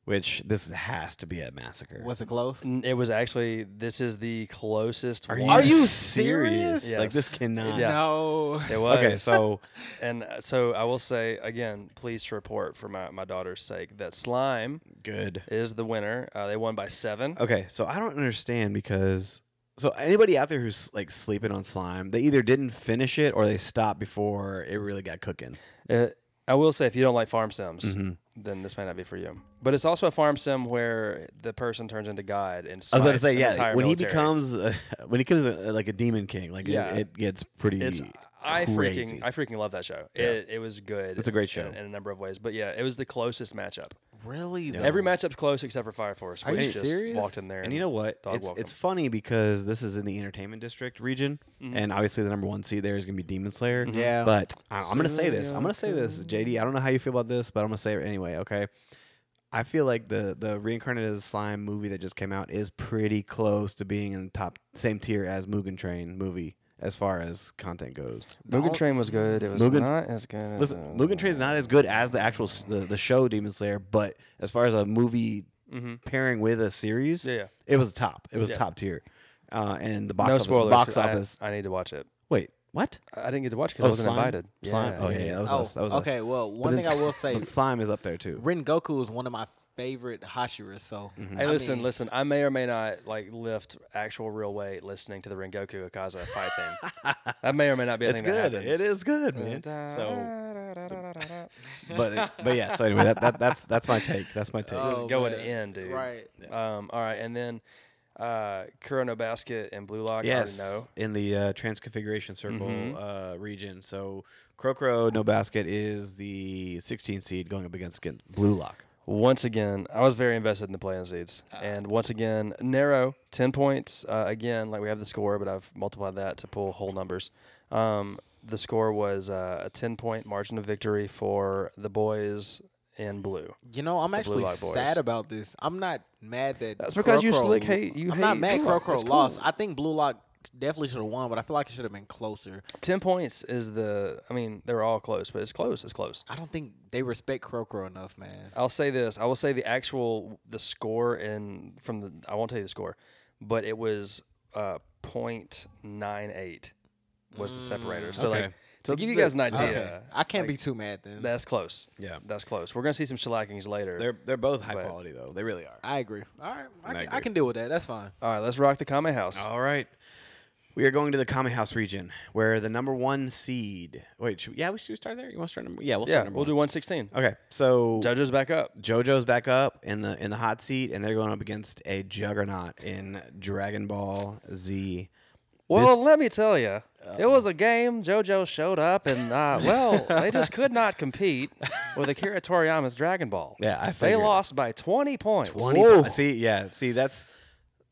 Speaker 1: which this has to be a massacre.
Speaker 2: Was it close?
Speaker 3: N- It was actually this is the closest. one.
Speaker 2: Are you serious?
Speaker 1: Like
Speaker 3: Yes.
Speaker 1: this cannot.
Speaker 3: Yeah.
Speaker 2: No.
Speaker 3: It was.
Speaker 1: Okay, so
Speaker 3: and uh, so I will say again, please to report for my, my daughter's sake that slime
Speaker 1: good.
Speaker 3: is the winner. Uh, they won by seven.
Speaker 1: Okay, so I don't understand because so anybody out there who's like sleeping on slime, they either didn't finish it or they stopped before it really got cooking.
Speaker 3: Uh, I will say if you don't like farm sims,
Speaker 1: Mhm.
Speaker 3: then this may not be for you. But it's also a farm sim where the person turns into God
Speaker 1: I
Speaker 3: and
Speaker 1: was about to
Speaker 3: smites
Speaker 1: say,
Speaker 3: an
Speaker 1: yeah,
Speaker 3: entire
Speaker 1: when he
Speaker 3: military.
Speaker 1: becomes uh, when he becomes uh like a demon king, like it-
Speaker 3: Yeah.
Speaker 1: it, gets pretty.
Speaker 3: It's I
Speaker 1: crazy.
Speaker 3: freaking I freaking love that show. It, it was good.
Speaker 1: It's a great
Speaker 3: in-
Speaker 1: show.
Speaker 3: in, a number of ways. But yeah, it was the closest matchup.
Speaker 2: Really? though?
Speaker 1: Mm-hmm.
Speaker 3: Every matchup's close except for Fire Force.
Speaker 2: Are
Speaker 3: which
Speaker 2: you
Speaker 3: just
Speaker 2: serious?
Speaker 3: Walked in there,
Speaker 1: and you know what?
Speaker 3: Dog
Speaker 1: it's
Speaker 3: walked
Speaker 1: it's
Speaker 3: him.
Speaker 1: funny because this is in the entertainment district region,
Speaker 3: Mm-hmm.
Speaker 1: and obviously the number one seed there is going to be Demon Slayer.
Speaker 2: Yeah.
Speaker 1: But I, I'm going to say this. I'm going to say this, JD. I don't know how you feel about this, but I'm going to say it anyway. Okay. I feel like the the reincarnated as slime movie that just came out is pretty close to being in the top same tier as Mugen Train movie as far as content goes.
Speaker 3: Mugen Train was good. It was
Speaker 1: Mugen-
Speaker 3: not as uh, good.
Speaker 1: Listen, Mugen Train is not as good as the actual s- the, the show Demon Slayer, but as far as a movie pairing with a series,
Speaker 3: Mm-hmm. Yeah, yeah.
Speaker 1: it was top. It was
Speaker 3: Yeah.
Speaker 1: top tier. Uh, and the box
Speaker 3: no
Speaker 1: office,
Speaker 3: spoilers.
Speaker 1: box
Speaker 3: 'cause I-
Speaker 1: office.
Speaker 3: I, need to watch it.
Speaker 1: Wait, what? Oh,
Speaker 3: I I didn't get to watch because I wasn't
Speaker 1: slime?
Speaker 3: invited.
Speaker 1: Slime. oh yeah, yeah, that was
Speaker 2: Oh,
Speaker 1: us. That was us.
Speaker 2: okay. Well,
Speaker 1: But
Speaker 2: one
Speaker 1: then
Speaker 2: thing I
Speaker 1: <laughs>
Speaker 2: will
Speaker 1: s-
Speaker 2: say,
Speaker 1: but slime is up there too.
Speaker 2: Rengoku is one of my favorite Hashiras. So,
Speaker 1: Mm-hmm.
Speaker 3: Hey,
Speaker 2: I
Speaker 3: listen,
Speaker 2: mean,
Speaker 3: listen. I may or may not like lift actual real weight listening to the Rengoku Akaza fight
Speaker 1: <laughs>
Speaker 3: thing. that may or may not be a
Speaker 1: It's
Speaker 3: thing that
Speaker 1: good.
Speaker 3: happens.
Speaker 1: It is good, man. So,
Speaker 3: So,
Speaker 1: but it- but yeah. So anyway, that, that that's that's my take. That's my take.
Speaker 2: Oh,
Speaker 3: going
Speaker 2: man.
Speaker 3: in, dude.
Speaker 2: Right.
Speaker 3: Um, all right, and then uh, Kurono Basket and Blue Lock.
Speaker 1: yes,
Speaker 3: I already know.
Speaker 1: in the uh, Transconfiguration Circle uh, region. So Crocro No Basket is the 16 seed going up against Skin- Blue Lock.
Speaker 3: Once again, I was very invested in the play-in seeds, and once again, narrow ten points. Uh, again, like we have the score, but I've multiplied that to pull whole numbers. Um, the score was uh, a ten-point margin of victory for the boys in blue.
Speaker 2: you know, I'm actually
Speaker 3: Light Boys.
Speaker 2: sad about this. I'm not mad that
Speaker 3: That's because you
Speaker 2: Crocro-
Speaker 3: slick hate- you
Speaker 2: I'm not
Speaker 3: hate
Speaker 2: mad
Speaker 3: Blue Lock.
Speaker 2: Crocro
Speaker 3: That's
Speaker 2: lost.
Speaker 3: cool.
Speaker 2: I think Blue Lock definitely should have won, but I feel like it should have been closer.
Speaker 3: Ten points is the. I mean, they're all close, but it's close. It's close.
Speaker 2: I don't think they respect Crocro enough, man.
Speaker 3: I'll say this. I will say the actual the score in from the I won't tell you the score, but it was uh point nine eight was the separator. So
Speaker 1: Mm, okay.
Speaker 3: like
Speaker 1: So
Speaker 3: to give you
Speaker 1: the-
Speaker 3: guys an idea,
Speaker 2: Okay. I can't be too mad then.
Speaker 3: that's close.
Speaker 1: Yeah.
Speaker 3: that's close. We're gonna see some shellackings later.
Speaker 1: They're they're both high
Speaker 3: But-
Speaker 1: quality though. They really are.
Speaker 2: I agree. All right. I, can, I
Speaker 1: agree.
Speaker 2: can deal with that. That's fine.
Speaker 3: All right, let's rock the Kame House.
Speaker 1: All right. We are going to the Kame House region, where the number one seed. Wait, should we, yeah, we should we start there. You want to start number? Yeah, we'll
Speaker 3: yeah,
Speaker 1: start number
Speaker 3: we'll do
Speaker 1: one.
Speaker 3: one sixteen.
Speaker 1: Okay, so
Speaker 3: JoJo's back up.
Speaker 1: JoJo's back up in the in the hot seat, and they're going up against a juggernaut in Dragon Ball Z.
Speaker 3: Well, let me tell you,
Speaker 1: Oh.
Speaker 3: it was a game. JoJo showed up,
Speaker 1: <laughs>
Speaker 3: and uh, well, they just could not compete with Akira Toriyama's Dragon Ball.
Speaker 1: Yeah, I
Speaker 3: they
Speaker 1: figured.
Speaker 3: lost by twenty points.
Speaker 1: Whoa. See, yeah, see, that's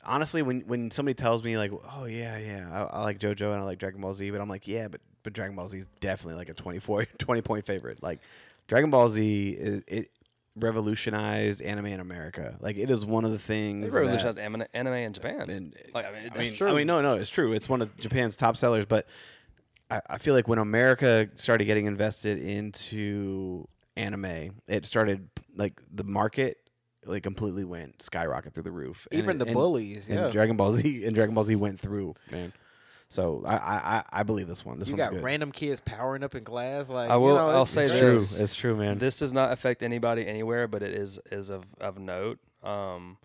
Speaker 1: honestly when when somebody tells me like, oh yeah, yeah, I, I like JoJo and I like Dragon Ball Z, but I'm like, yeah, but but Dragon Ball Z is definitely like a <laughs> 24, 20 point favorite. Like Dragon Ball Z, is, it revolutionized anime in America. Like it is one of the things.
Speaker 3: They
Speaker 1: that-
Speaker 3: revolutionized anime, anime in Japan.
Speaker 1: and
Speaker 3: like, I mean, that's
Speaker 1: I mean,
Speaker 3: true.
Speaker 1: I mean, no, no, it's true. It's one of Japan's top sellers, but I, I feel like when America started getting invested into anime, it started like the market like completely went skyrocket through the roof. And
Speaker 2: Even
Speaker 1: it-
Speaker 2: the
Speaker 1: and-
Speaker 2: bullies,
Speaker 1: and
Speaker 2: yeah.
Speaker 1: Dragon Ball Z and Dragon Ball Z went through, man. So I, I, I- I believe this one. This
Speaker 2: You
Speaker 1: one's
Speaker 2: got
Speaker 1: good.
Speaker 2: random kids powering up in class. Like
Speaker 3: I will.
Speaker 2: You know,
Speaker 3: I'll
Speaker 2: it's-
Speaker 3: say
Speaker 1: it's
Speaker 3: this.
Speaker 1: true. It's true, man.
Speaker 3: This does not affect anybody anywhere, but it is is of of note. Um,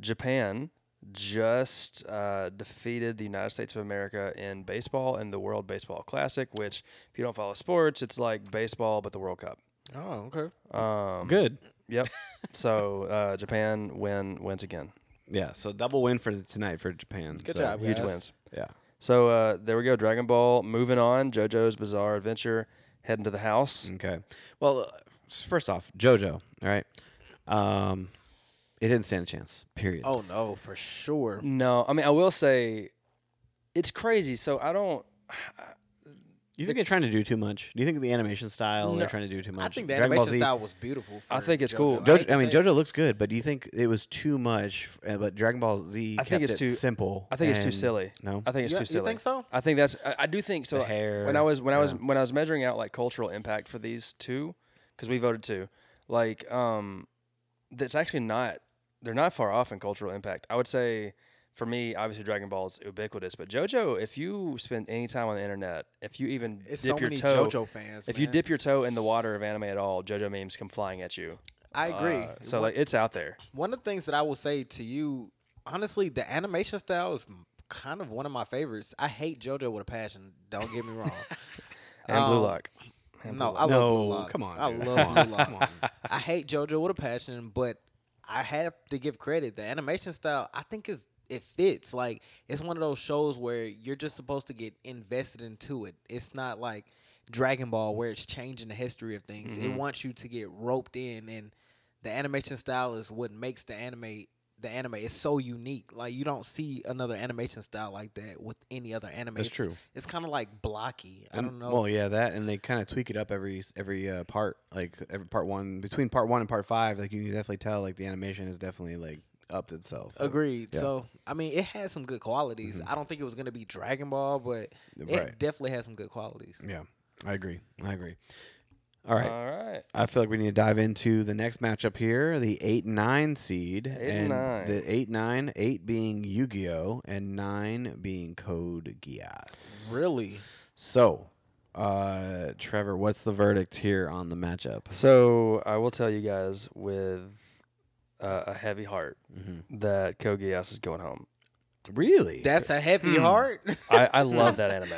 Speaker 3: Japan just uh, defeated the United States of America in baseball in the World Baseball Classic, which if you don't follow sports, it's like baseball but the World Cup.
Speaker 2: Oh, okay.
Speaker 3: Um,
Speaker 1: good.
Speaker 3: Yep. so uh, Japan win wins again.
Speaker 1: Yeah. So double win for tonight for Japan.
Speaker 2: Good
Speaker 1: So,
Speaker 2: job,
Speaker 3: Huge
Speaker 2: guys.
Speaker 3: wins.
Speaker 1: Yeah.
Speaker 3: So uh, there we go. Dragon Ball moving on. JoJo's Bizarre Adventure heading to the house.
Speaker 1: Okay. Well, uh, s- first off, JoJo. All right. Um, it didn't stand a chance. Period.
Speaker 2: Oh no, for sure.
Speaker 3: No, I mean I will say, it's crazy. So I don't.
Speaker 1: you think they're trying to do too much? Do you think the animation style
Speaker 3: No,
Speaker 1: they're trying to do too much?
Speaker 2: I think the
Speaker 1: Dragon Ball
Speaker 2: animation
Speaker 1: Z-
Speaker 2: style was beautiful.
Speaker 3: I
Speaker 2: for
Speaker 3: think it's
Speaker 2: JoJo.
Speaker 3: cool.
Speaker 2: hate
Speaker 1: Jojo,
Speaker 2: to
Speaker 1: I mean,
Speaker 2: say it.
Speaker 1: JoJo looks good, but do you think it was too much? Uh, But Dragon Ball Z
Speaker 3: I
Speaker 1: kept
Speaker 3: think it's
Speaker 1: it
Speaker 3: too-
Speaker 1: simple.
Speaker 3: I think it's too
Speaker 1: and-
Speaker 3: silly.
Speaker 1: No,
Speaker 3: I think it's
Speaker 2: You-
Speaker 3: too
Speaker 2: you
Speaker 3: silly.
Speaker 2: think so?
Speaker 3: I think that's. I, I do think so.
Speaker 1: The hair,
Speaker 3: When I was when I was
Speaker 1: yeah.
Speaker 3: when I was measuring out like cultural impact for these two, because we voted two, like um, that's actually not. They're not far off in cultural impact. I would say, for me, obviously Dragon Ball is ubiquitous, but JoJo, if you spend any time on the internet, if you even
Speaker 2: It's
Speaker 3: dip
Speaker 2: so
Speaker 3: your
Speaker 2: many
Speaker 3: toe,
Speaker 2: JoJo fans.
Speaker 3: if you
Speaker 2: man.
Speaker 3: dip your toe in the water of anime at all, JoJo memes come flying at you.
Speaker 2: I agree.
Speaker 3: Uh, so like it's out there.
Speaker 2: one of the things that I will say to you, honestly, the animation style is m- kind of one of my favorites. I hate JoJo with a passion. Don't get me wrong.
Speaker 3: And Blue
Speaker 2: Um,
Speaker 3: Lock.
Speaker 2: no, I love
Speaker 1: No,
Speaker 2: Blue Lock.
Speaker 1: come on,
Speaker 2: I
Speaker 1: dude.
Speaker 2: love Blue Lock. <laughs> I hate JoJo with a passion, but I have to give credit. The animation style, I think is it fits. Like it's one of those shows where you're just supposed to get invested into it. It's not like Dragon Ball where it's changing the history of things.
Speaker 1: Mm-hmm.
Speaker 2: It wants you to get roped in and the animation style is what makes the anime the anime It's so unique. Like you don't see another animation style like that with any other anime.
Speaker 1: That's
Speaker 2: It's-
Speaker 1: true.
Speaker 2: It's kind of like blocky. I
Speaker 1: And-
Speaker 2: don't know.
Speaker 1: Well, yeah, that, and they kind of tweak it up every s- every uh, part, like every part one between part one and part five. Like you can definitely tell, like the animation is definitely like upped itself. Like,
Speaker 2: Agreed.
Speaker 1: Yeah. Mm-hmm.
Speaker 2: So I mean, it had some good qualities. I don't think it was gonna be Dragon Ball, but
Speaker 1: Right.
Speaker 2: it definitely had some good qualities.
Speaker 1: yeah, I agree. I agree. All right,
Speaker 3: All right.
Speaker 1: I feel like we need to dive into the next matchup here, the eight nine seed,
Speaker 3: Eight
Speaker 1: and
Speaker 3: and nine.
Speaker 1: the eight nine eight being Yu Gi Oh, and nine being Code Geass.
Speaker 2: Really?
Speaker 1: So, uh, Trevor, what's the verdict here on the matchup?
Speaker 3: So I will tell you guys with uh, a heavy heart
Speaker 1: Mhm.
Speaker 3: that Kogias is going home.
Speaker 1: Really,
Speaker 2: That's a heavy
Speaker 1: Hmm. <laughs>
Speaker 2: heart.
Speaker 3: I,
Speaker 2: <laughs>
Speaker 3: I love that anime.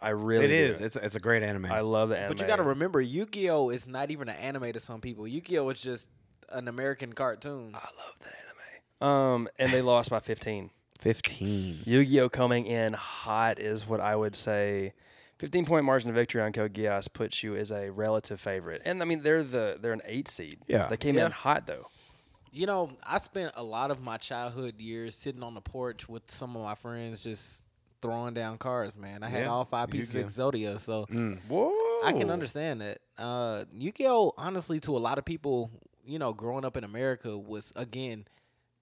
Speaker 3: I really
Speaker 1: it is.
Speaker 3: do.
Speaker 1: It's it's a great anime.
Speaker 3: I love the anime.
Speaker 2: but you gotta remember, Yu-Gi-Oh is not even an anime to some people. Yu-Gi-Oh is just an American cartoon.
Speaker 1: Uh,
Speaker 3: I love the anime. Um, and they lost by 15.
Speaker 1: Fifteen.
Speaker 3: Yu-Gi-Oh coming in hot is what I would say. 15 point margin of victory on Code Geass puts you as a relative favorite. And I mean they're the they're an 8 seed.
Speaker 1: Yeah.
Speaker 3: They came
Speaker 2: Yeah.
Speaker 3: in hot though.
Speaker 2: You know, I spent a lot of my childhood years sitting on the porch with some of my friends, just throwing down cards. Man, I had
Speaker 1: Yeah,
Speaker 2: all five pieces of Exodia, so
Speaker 3: Mm. Whoa.
Speaker 2: I can understand that. Uh, Yu-Gi-Oh, honestly, to a lot of people, you know, growing up in America was again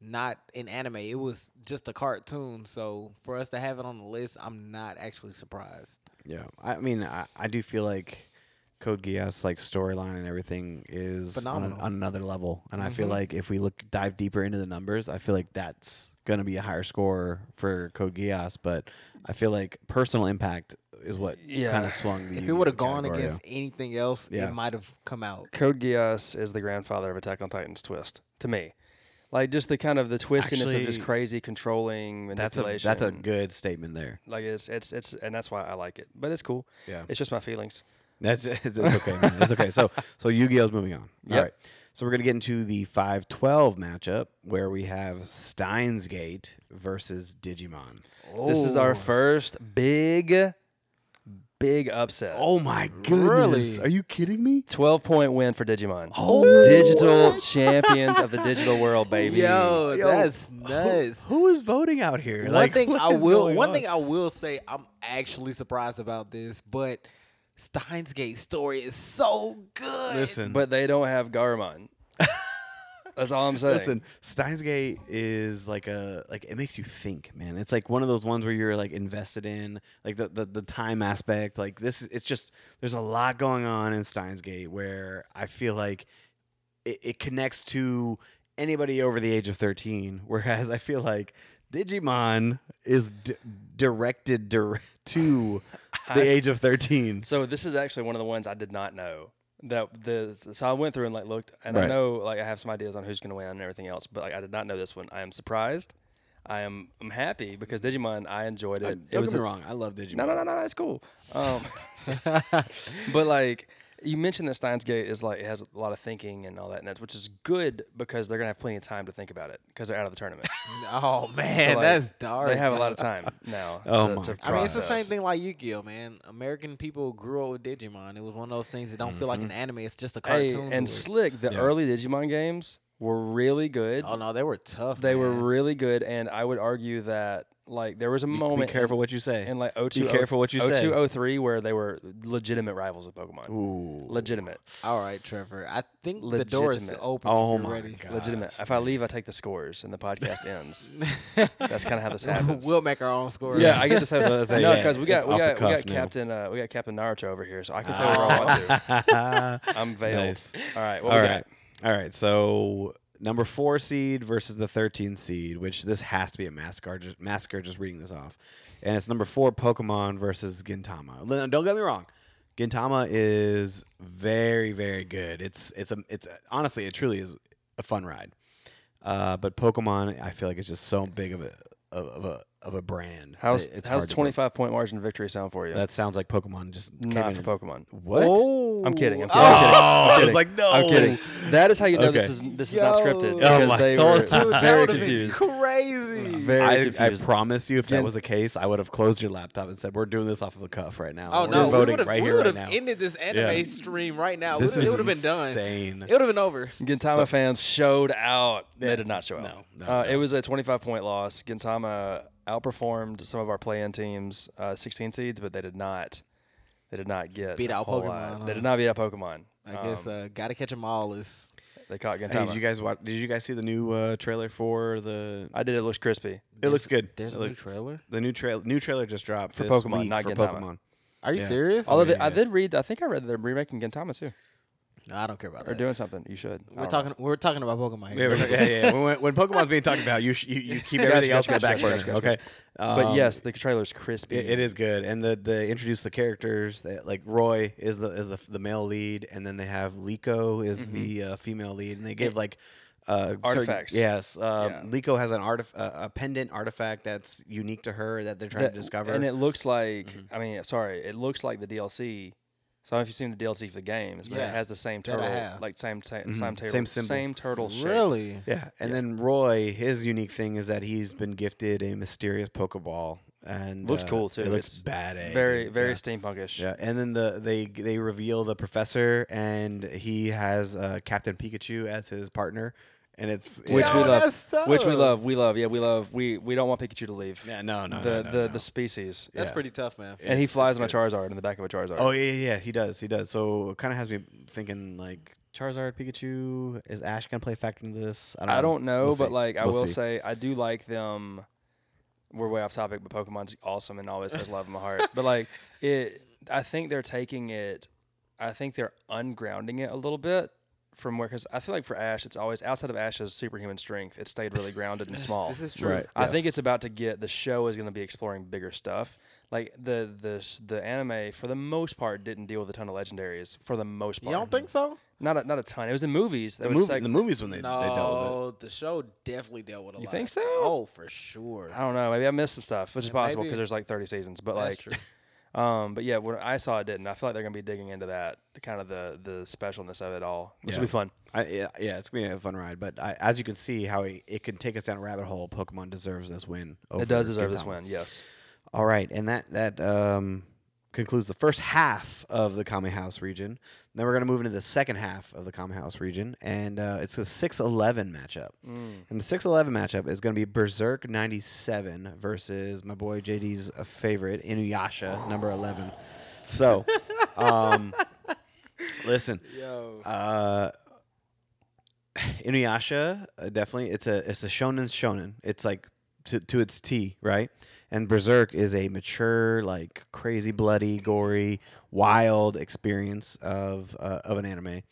Speaker 2: not an anime; it was just a cartoon. So for us to have it on the list, I'm not actually surprised.
Speaker 1: Yeah, I mean, I, I do feel like Code Geass like storyline and everything is on, an-
Speaker 2: Phenomenal. Mm-hmm.
Speaker 1: on another level, and I feel like if we look dive deeper into the numbers, I feel like that's gonna be a higher score for Code Geass. But I feel like personal impact is what
Speaker 3: Yeah.
Speaker 1: kind of swung the.
Speaker 2: If it
Speaker 1: Yu-Gi-Oh
Speaker 2: would have gone
Speaker 1: category,
Speaker 2: against anything else,
Speaker 1: Yeah.
Speaker 2: it might have come out.
Speaker 3: Code Geass is the grandfather of Attack on Titan's twist to me. Like just the kind of the twistiness of
Speaker 1: Actually,
Speaker 3: just crazy controlling
Speaker 1: yeah. that's
Speaker 3: manipulation.
Speaker 1: a that's a good statement there.
Speaker 3: like it's it's it's and that's why I like it. But it's cool.
Speaker 1: Yeah.
Speaker 3: It's just my feelings.
Speaker 1: That's <laughs> it's, it's okay. man. It's okay.
Speaker 2: <laughs>
Speaker 1: So so Yu-Gi-Oh's moving on. All
Speaker 3: Yep.
Speaker 1: right. So we're gonna get into the 5-12 matchup where we have Steins Gate versus Digimon.
Speaker 3: This is
Speaker 1: Oh.
Speaker 3: our first big big upset.
Speaker 1: Oh my goodness! Are you kidding me?
Speaker 3: 12 point win for Digimon.
Speaker 1: Oh,
Speaker 3: digital champions of the digital world, baby.
Speaker 2: Yo,
Speaker 1: <laughs> Yo, <laughs>
Speaker 2: that's nuts.
Speaker 1: Who is voting out here?
Speaker 2: One thing I will one thing I will say I'm actually surprised about this, but Steins Gate story is so good.
Speaker 1: listen,
Speaker 3: But they don't have
Speaker 1: <laughs>
Speaker 3: Garamon. That's all I'm saying.
Speaker 1: listen. Steins Gate is like a like it makes you think, man. It's like one of those ones where you're like invested in, like the the, the time aspect. Like this, it's just there's a lot going on in Steins Gate where I feel like it, it connects to anybody over the age of 13 <laughs> whereas i feel like digimon is d- directed dire- <laughs>
Speaker 3: <laughs>
Speaker 1: to the age of 13
Speaker 3: So this is actually one of the ones I did not know that the so I went through and like looked and I
Speaker 1: Right.
Speaker 3: know like I have some ideas on who's going to win and everything else, but like I did not know this one. I am surprised. I am I'm happy because Digimon I enjoyed it. it
Speaker 1: Don't get
Speaker 3: a-
Speaker 1: me wrong. I love Digimon.
Speaker 3: No, no, no, no, that's cool. Um, but like you mentioned that Steins Gate is like it has a lot of thinking and all that, and that's which is good because they're gonna have plenty of time to think about it because they're out of the tournament.
Speaker 2: Oh man,
Speaker 3: like,
Speaker 2: that's dark.
Speaker 3: they have a lot of time now.
Speaker 1: Oh
Speaker 3: to,
Speaker 1: my
Speaker 3: to
Speaker 1: God.
Speaker 2: I mean, it's the same
Speaker 3: process.
Speaker 2: thing like Yu-Gi-Oh, man. American people grew up with Digimon. It was one of those things that don't feel like an anime. It's just a
Speaker 3: Mm-hmm. Hey,
Speaker 2: cartoon. to
Speaker 3: and
Speaker 2: it.
Speaker 3: Slick, the
Speaker 1: Yeah.
Speaker 3: early Digimon games were really good.
Speaker 2: Oh no, they were tough.
Speaker 3: They were
Speaker 2: man.
Speaker 3: really good, and I would argue that like there was a
Speaker 1: Be
Speaker 3: moment
Speaker 1: careful what you say.
Speaker 3: in, in like 02
Speaker 1: Be careful what you say.
Speaker 3: 0203 where they were legitimate rivals of Pokemon.
Speaker 1: Ooh.
Speaker 3: <laughs> Legitimate.
Speaker 2: All right, Trevor. I think the door is
Speaker 3: Legitimate.
Speaker 2: open.
Speaker 1: Oh
Speaker 2: if you're
Speaker 1: my
Speaker 2: ready.
Speaker 1: God.
Speaker 3: Legitimate. If I leave, I take the scores, and the
Speaker 1: <laughs>
Speaker 3: podcast ends. That's kind of how this happens.
Speaker 2: <laughs> we'll make our own scores.
Speaker 3: yeah,
Speaker 2: <laughs>
Speaker 3: I get to say
Speaker 1: <laughs> I was gonna say,
Speaker 3: no
Speaker 1: yeah,
Speaker 3: because we got
Speaker 1: it's
Speaker 3: we
Speaker 1: off the
Speaker 3: got, we
Speaker 1: cuff
Speaker 3: got
Speaker 1: now.
Speaker 3: Captain uh, we got Captain Naruto over here, so I can say whatever
Speaker 1: <laughs>
Speaker 3: I want <laughs> to. I'm veiled.
Speaker 1: Ah. Nice.
Speaker 3: All right, what
Speaker 1: All
Speaker 3: we
Speaker 1: right. All right. So number four seed versus the 13 seed, which this has to be a massacre just, massacre just reading this off. And it's number four Pokemon versus Gintama. Now, Don't get me wrong. Gintama is very, very good. It's it's a it's a- honestly it truly is a fun ride. Uh, but Pokemon, I feel like it's just so big of a of, of a of a brand.
Speaker 3: got? How's
Speaker 1: It- it's
Speaker 3: how's
Speaker 1: hard to-
Speaker 3: 25 point margin victory sound for you?
Speaker 1: That sounds like Pokemon just came
Speaker 3: Not
Speaker 1: in
Speaker 3: for
Speaker 1: and-
Speaker 3: Pokemon.
Speaker 1: What? <laughs>
Speaker 2: Oh.
Speaker 3: I'm kidding. I'm kidding.
Speaker 1: Oh,
Speaker 2: <laughs>
Speaker 3: I'm kidding. I'm
Speaker 1: I was
Speaker 3: kidding.
Speaker 1: like, no.
Speaker 3: I'm kidding. Oh, That is how you know this
Speaker 1: Okay.
Speaker 3: is this is not
Speaker 2: Yo.
Speaker 3: scripted
Speaker 2: Oh
Speaker 3: because
Speaker 1: my
Speaker 3: they
Speaker 1: God. <laughs>
Speaker 3: were
Speaker 1: Dude, that
Speaker 3: very
Speaker 2: that would've been
Speaker 3: confused.
Speaker 2: Crazy.
Speaker 3: Very
Speaker 1: I, I
Speaker 3: confused.
Speaker 1: promise you, if that
Speaker 3: Again-
Speaker 1: was the case, I would have closed your laptop and said, "We're doing this off of a cuff right now.
Speaker 2: Oh
Speaker 1: We're
Speaker 2: no, we
Speaker 1: voting
Speaker 2: would've-
Speaker 1: right
Speaker 2: we
Speaker 1: here,
Speaker 2: would
Speaker 1: right
Speaker 2: have
Speaker 1: now."
Speaker 2: ended this anime stream right now.
Speaker 1: This
Speaker 2: it
Speaker 1: is
Speaker 2: would have been done. It
Speaker 1: insane.
Speaker 2: would have been over.
Speaker 3: Gintama fans showed out.
Speaker 1: Yeah.
Speaker 3: They did not show out.
Speaker 1: No, no,
Speaker 3: uh,
Speaker 1: no.
Speaker 3: It was a 25 point loss. Gintama outperformed some of our play-in teams, uh, 16 seeds, but they did not. They did not get
Speaker 2: Beat
Speaker 3: a
Speaker 2: out
Speaker 3: whole
Speaker 2: Pokemon,
Speaker 3: lot.
Speaker 2: huh?
Speaker 3: They did not beat out Pokemon.
Speaker 2: I guess
Speaker 3: Um,
Speaker 2: uh, gotta catch 'em all is
Speaker 3: they caught
Speaker 1: Hey,
Speaker 3: Gintama.
Speaker 1: did you guys watch? Did you guys see the new uh, trailer for the?
Speaker 3: I did. It looks crispy.
Speaker 1: It looks good.
Speaker 2: there's
Speaker 1: It
Speaker 2: a new
Speaker 1: looks-
Speaker 2: trailer.
Speaker 1: The new trailer, new trailer just dropped
Speaker 3: For
Speaker 1: this
Speaker 3: Pokemon,
Speaker 1: week
Speaker 3: not
Speaker 1: for
Speaker 3: Gintama.
Speaker 1: Pokemon.
Speaker 2: Are you
Speaker 1: Yeah.
Speaker 2: serious?
Speaker 3: Although
Speaker 1: Oh, yeah,
Speaker 3: they- I
Speaker 1: yeah.
Speaker 3: did read, I think I read they're remaking Gintama too,
Speaker 2: No, I don't care about
Speaker 3: or
Speaker 2: that.
Speaker 3: doing something. You should. I
Speaker 2: we're
Speaker 3: don't
Speaker 2: talking. We're talking about Pokemon.
Speaker 1: Yeah,
Speaker 2: Here.
Speaker 1: yeah, yeah. yeah.
Speaker 2: <laughs>
Speaker 1: when, when Pokemon's being talked about, you sh- you, you keep
Speaker 3: Gotcha,
Speaker 1: everything else
Speaker 3: gotcha,
Speaker 1: in the back
Speaker 3: gotcha,
Speaker 1: burner.
Speaker 3: gotcha,
Speaker 1: Okay,
Speaker 3: Know. But
Speaker 1: Um,
Speaker 3: yes, the trailer's crispy.
Speaker 1: It, it is good, and the the introduce the characters that like Roy is the is the, the male lead, and then they have Liko is the uh, female lead, and they give like uh, certain-
Speaker 3: Mm-hmm. Artifacts.
Speaker 1: yes, uh,
Speaker 3: Yeah.
Speaker 1: Liko has an artif- uh, a pendant artifact that's unique to her that they're trying
Speaker 3: That-
Speaker 1: to discover. Mm-hmm.
Speaker 3: And it looks like. I mean, sorry. It looks like the DLC. So I don't know if you've seen the DLC for the games, but
Speaker 2: Yeah,
Speaker 3: it has the same
Speaker 2: that I
Speaker 3: turtle,
Speaker 2: have.
Speaker 3: like same ta- same turtle,
Speaker 1: Mm-hmm. same symbol.
Speaker 3: same turtle shape.
Speaker 2: Really?
Speaker 1: yeah, and then Roy, his unique thing is that he's been gifted a mysterious Pokeball, and
Speaker 3: Looks
Speaker 1: uh,
Speaker 3: cool, too.
Speaker 1: It looks
Speaker 3: It's
Speaker 1: bad. eh,
Speaker 3: Very
Speaker 1: dude?
Speaker 3: very
Speaker 1: Yeah.
Speaker 3: steampunkish.
Speaker 1: Yeah, and then the they they reveal the professor, and he has uh, Captain Pikachu as his partner, and it's
Speaker 3: Which
Speaker 1: yeah.
Speaker 3: we
Speaker 2: Yo,
Speaker 3: love.
Speaker 2: that's
Speaker 3: Which we
Speaker 2: tough.
Speaker 3: love. We love. Yeah, we love. We we don't want Pikachu to leave.
Speaker 1: Yeah, no, no,
Speaker 3: the
Speaker 1: no, no,
Speaker 3: the
Speaker 1: no.
Speaker 3: the species.
Speaker 2: That's
Speaker 1: Yeah.
Speaker 2: pretty tough, man.
Speaker 1: Yeah.
Speaker 3: And he
Speaker 1: it's-
Speaker 3: flies
Speaker 1: it's
Speaker 3: on a Charizard in the back of a Charizard.
Speaker 1: Oh yeah, yeah, yeah, he does, he does. So it kind of has me thinking like Charizard, Pikachu. Is Ash gonna play a factor into this?
Speaker 3: I don't know,
Speaker 1: We'll
Speaker 3: but
Speaker 1: see.
Speaker 3: like I
Speaker 1: We'll
Speaker 3: will
Speaker 1: see.
Speaker 3: say I do like them. We're way off topic, but Pokemon's awesome and always has love in
Speaker 1: <laughs>
Speaker 3: my heart. But like it, I think they're taking it. I think they're ungrounding it a little bit from where because I feel like for Ash, it's always outside of Ash's superhuman strength. It stayed really grounded
Speaker 1: <laughs>
Speaker 3: and small.
Speaker 2: <laughs> This is true.
Speaker 1: Right.
Speaker 3: I think
Speaker 1: Yes.
Speaker 3: it's about to get the show is going to be exploring bigger stuff. Like the the s- the anime for the most part didn't deal with a ton of legendaries for the most
Speaker 2: You
Speaker 3: part.
Speaker 2: don't think so?
Speaker 3: Not a, not a ton. It was the movies. That
Speaker 1: The,
Speaker 3: was
Speaker 1: movie,
Speaker 3: like-
Speaker 1: the movies when they, they dealt with
Speaker 2: No, the show definitely dealt with a
Speaker 3: You
Speaker 2: lot.
Speaker 3: think so?
Speaker 2: Oh, for sure.
Speaker 3: I don't know. Maybe I missed some stuff, which is
Speaker 2: Yeah,
Speaker 3: possible
Speaker 2: maybe.
Speaker 3: because there's like 30 seasons. But
Speaker 2: That's
Speaker 3: like, <laughs> um, but yeah, what I saw, it didn't. I feel like they're gonna be digging into that kind of the the specialness of it all, which will
Speaker 1: Yeah.
Speaker 3: be fun.
Speaker 1: I, yeah, yeah, it's gonna be a fun ride. But I, as you can see, how it, it can take us down a rabbit hole. Pokemon deserves this win. over
Speaker 3: it does deserve this
Speaker 1: Gintama.
Speaker 3: win. Yes.
Speaker 1: All right, and that that um, concludes the first half of the Kame House region. Then we're going to move into the second half of the Kame House region, and uh, it's a 6-11 matchup. And the 6-11 matchup is going to be Berserk 97 versus my boy JD's favorite, Inuyasha, number 11. So, um, listen,
Speaker 2: Yo.
Speaker 1: uh, <sighs> Inuyasha uh, definitely it's a it's a shonen shonen. It's like to to its T, right? And Berserk is a mature, like crazy, bloody, gory, wild experience of uh, of an anime.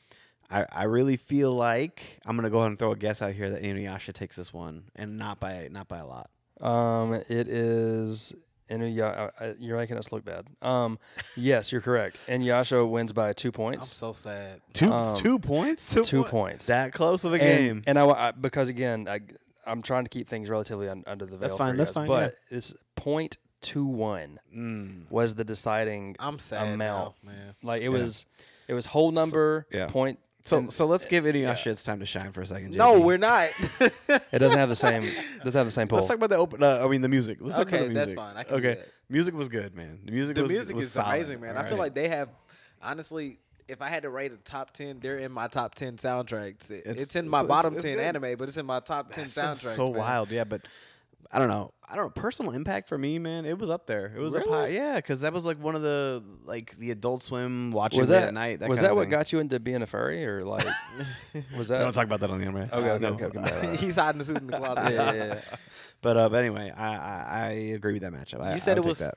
Speaker 1: I, I really feel like I'm gonna go ahead and throw a guess out here that Inuyasha takes this one, and not by not by a lot.
Speaker 3: Um, it is. Inuya, uh, uh, you're making us look bad.
Speaker 1: <laughs>
Speaker 3: Um, yes, you're correct. And Yasha wins by two
Speaker 2: I'm
Speaker 3: points.
Speaker 2: so sad.
Speaker 1: Two
Speaker 3: Um,
Speaker 1: two points,
Speaker 3: two points.
Speaker 1: That close of a
Speaker 3: and,
Speaker 1: game.
Speaker 3: And I, wa- I because again, I, I'm trying to keep things relatively un, under the veil.
Speaker 1: That's
Speaker 3: for
Speaker 1: fine,
Speaker 3: you
Speaker 1: that's
Speaker 3: guys,
Speaker 1: fine, yeah.
Speaker 3: But it's point two one
Speaker 1: Mm.
Speaker 3: was the deciding
Speaker 2: I'm sad
Speaker 3: Amount.
Speaker 2: now, man.
Speaker 3: Like it was, it was whole number
Speaker 1: yeah.
Speaker 3: point.
Speaker 1: So
Speaker 3: and eh,
Speaker 1: so let's give Inuyasha its time to shine for a second.
Speaker 2: No,
Speaker 1: JD.
Speaker 2: we're not.
Speaker 3: <laughs>
Speaker 2: <laughs>
Speaker 3: it doesn't have the same. Doesn't have
Speaker 1: <laughs>
Speaker 3: the same pull.
Speaker 1: Let's talk about the open. Uh, I mean, the music. Let's talk about
Speaker 2: Okay,
Speaker 1: the
Speaker 2: that's
Speaker 1: music.
Speaker 2: fine. I can do
Speaker 1: okay,
Speaker 2: that.
Speaker 1: music was good, man. The music.
Speaker 2: the
Speaker 1: was,
Speaker 2: music
Speaker 1: was
Speaker 2: is
Speaker 1: solid.
Speaker 2: amazing, man. I
Speaker 1: Alright.
Speaker 2: feel like they have honestly if I had to rate a top ten, they're in my top ten soundtracks. It-
Speaker 1: It's-
Speaker 2: It's, in
Speaker 1: it's-
Speaker 2: my
Speaker 1: it's-
Speaker 2: bottom
Speaker 1: it's
Speaker 2: ten
Speaker 1: good.
Speaker 2: anime, but it's in my top ten
Speaker 1: That sounds
Speaker 2: soundtracks.
Speaker 1: so
Speaker 2: man. <laughs>
Speaker 1: wild, yeah. But I don't know. I don't know. Personal impact for me, man. It was up there. It was up high,
Speaker 2: Really?
Speaker 1: yeah. Because that was like one of the like the Adult Swim watching
Speaker 3: was
Speaker 1: late
Speaker 3: that
Speaker 1: at night. That
Speaker 3: was
Speaker 1: kind
Speaker 3: that
Speaker 1: of
Speaker 3: what
Speaker 1: thing.
Speaker 3: got you into being a furry or like was that
Speaker 1: I don't talk about that on the anime.
Speaker 3: okay, okay,
Speaker 1: no.
Speaker 3: okay, okay, no, no,
Speaker 2: <laughs>
Speaker 3: no.
Speaker 2: He's hiding the suit in the closet.
Speaker 3: yeah, yeah, yeah.
Speaker 1: <laughs> But uh, but anyway, I, I I agree with that matchup. I,
Speaker 2: You said
Speaker 1: I would
Speaker 2: it
Speaker 1: take
Speaker 2: was
Speaker 1: that.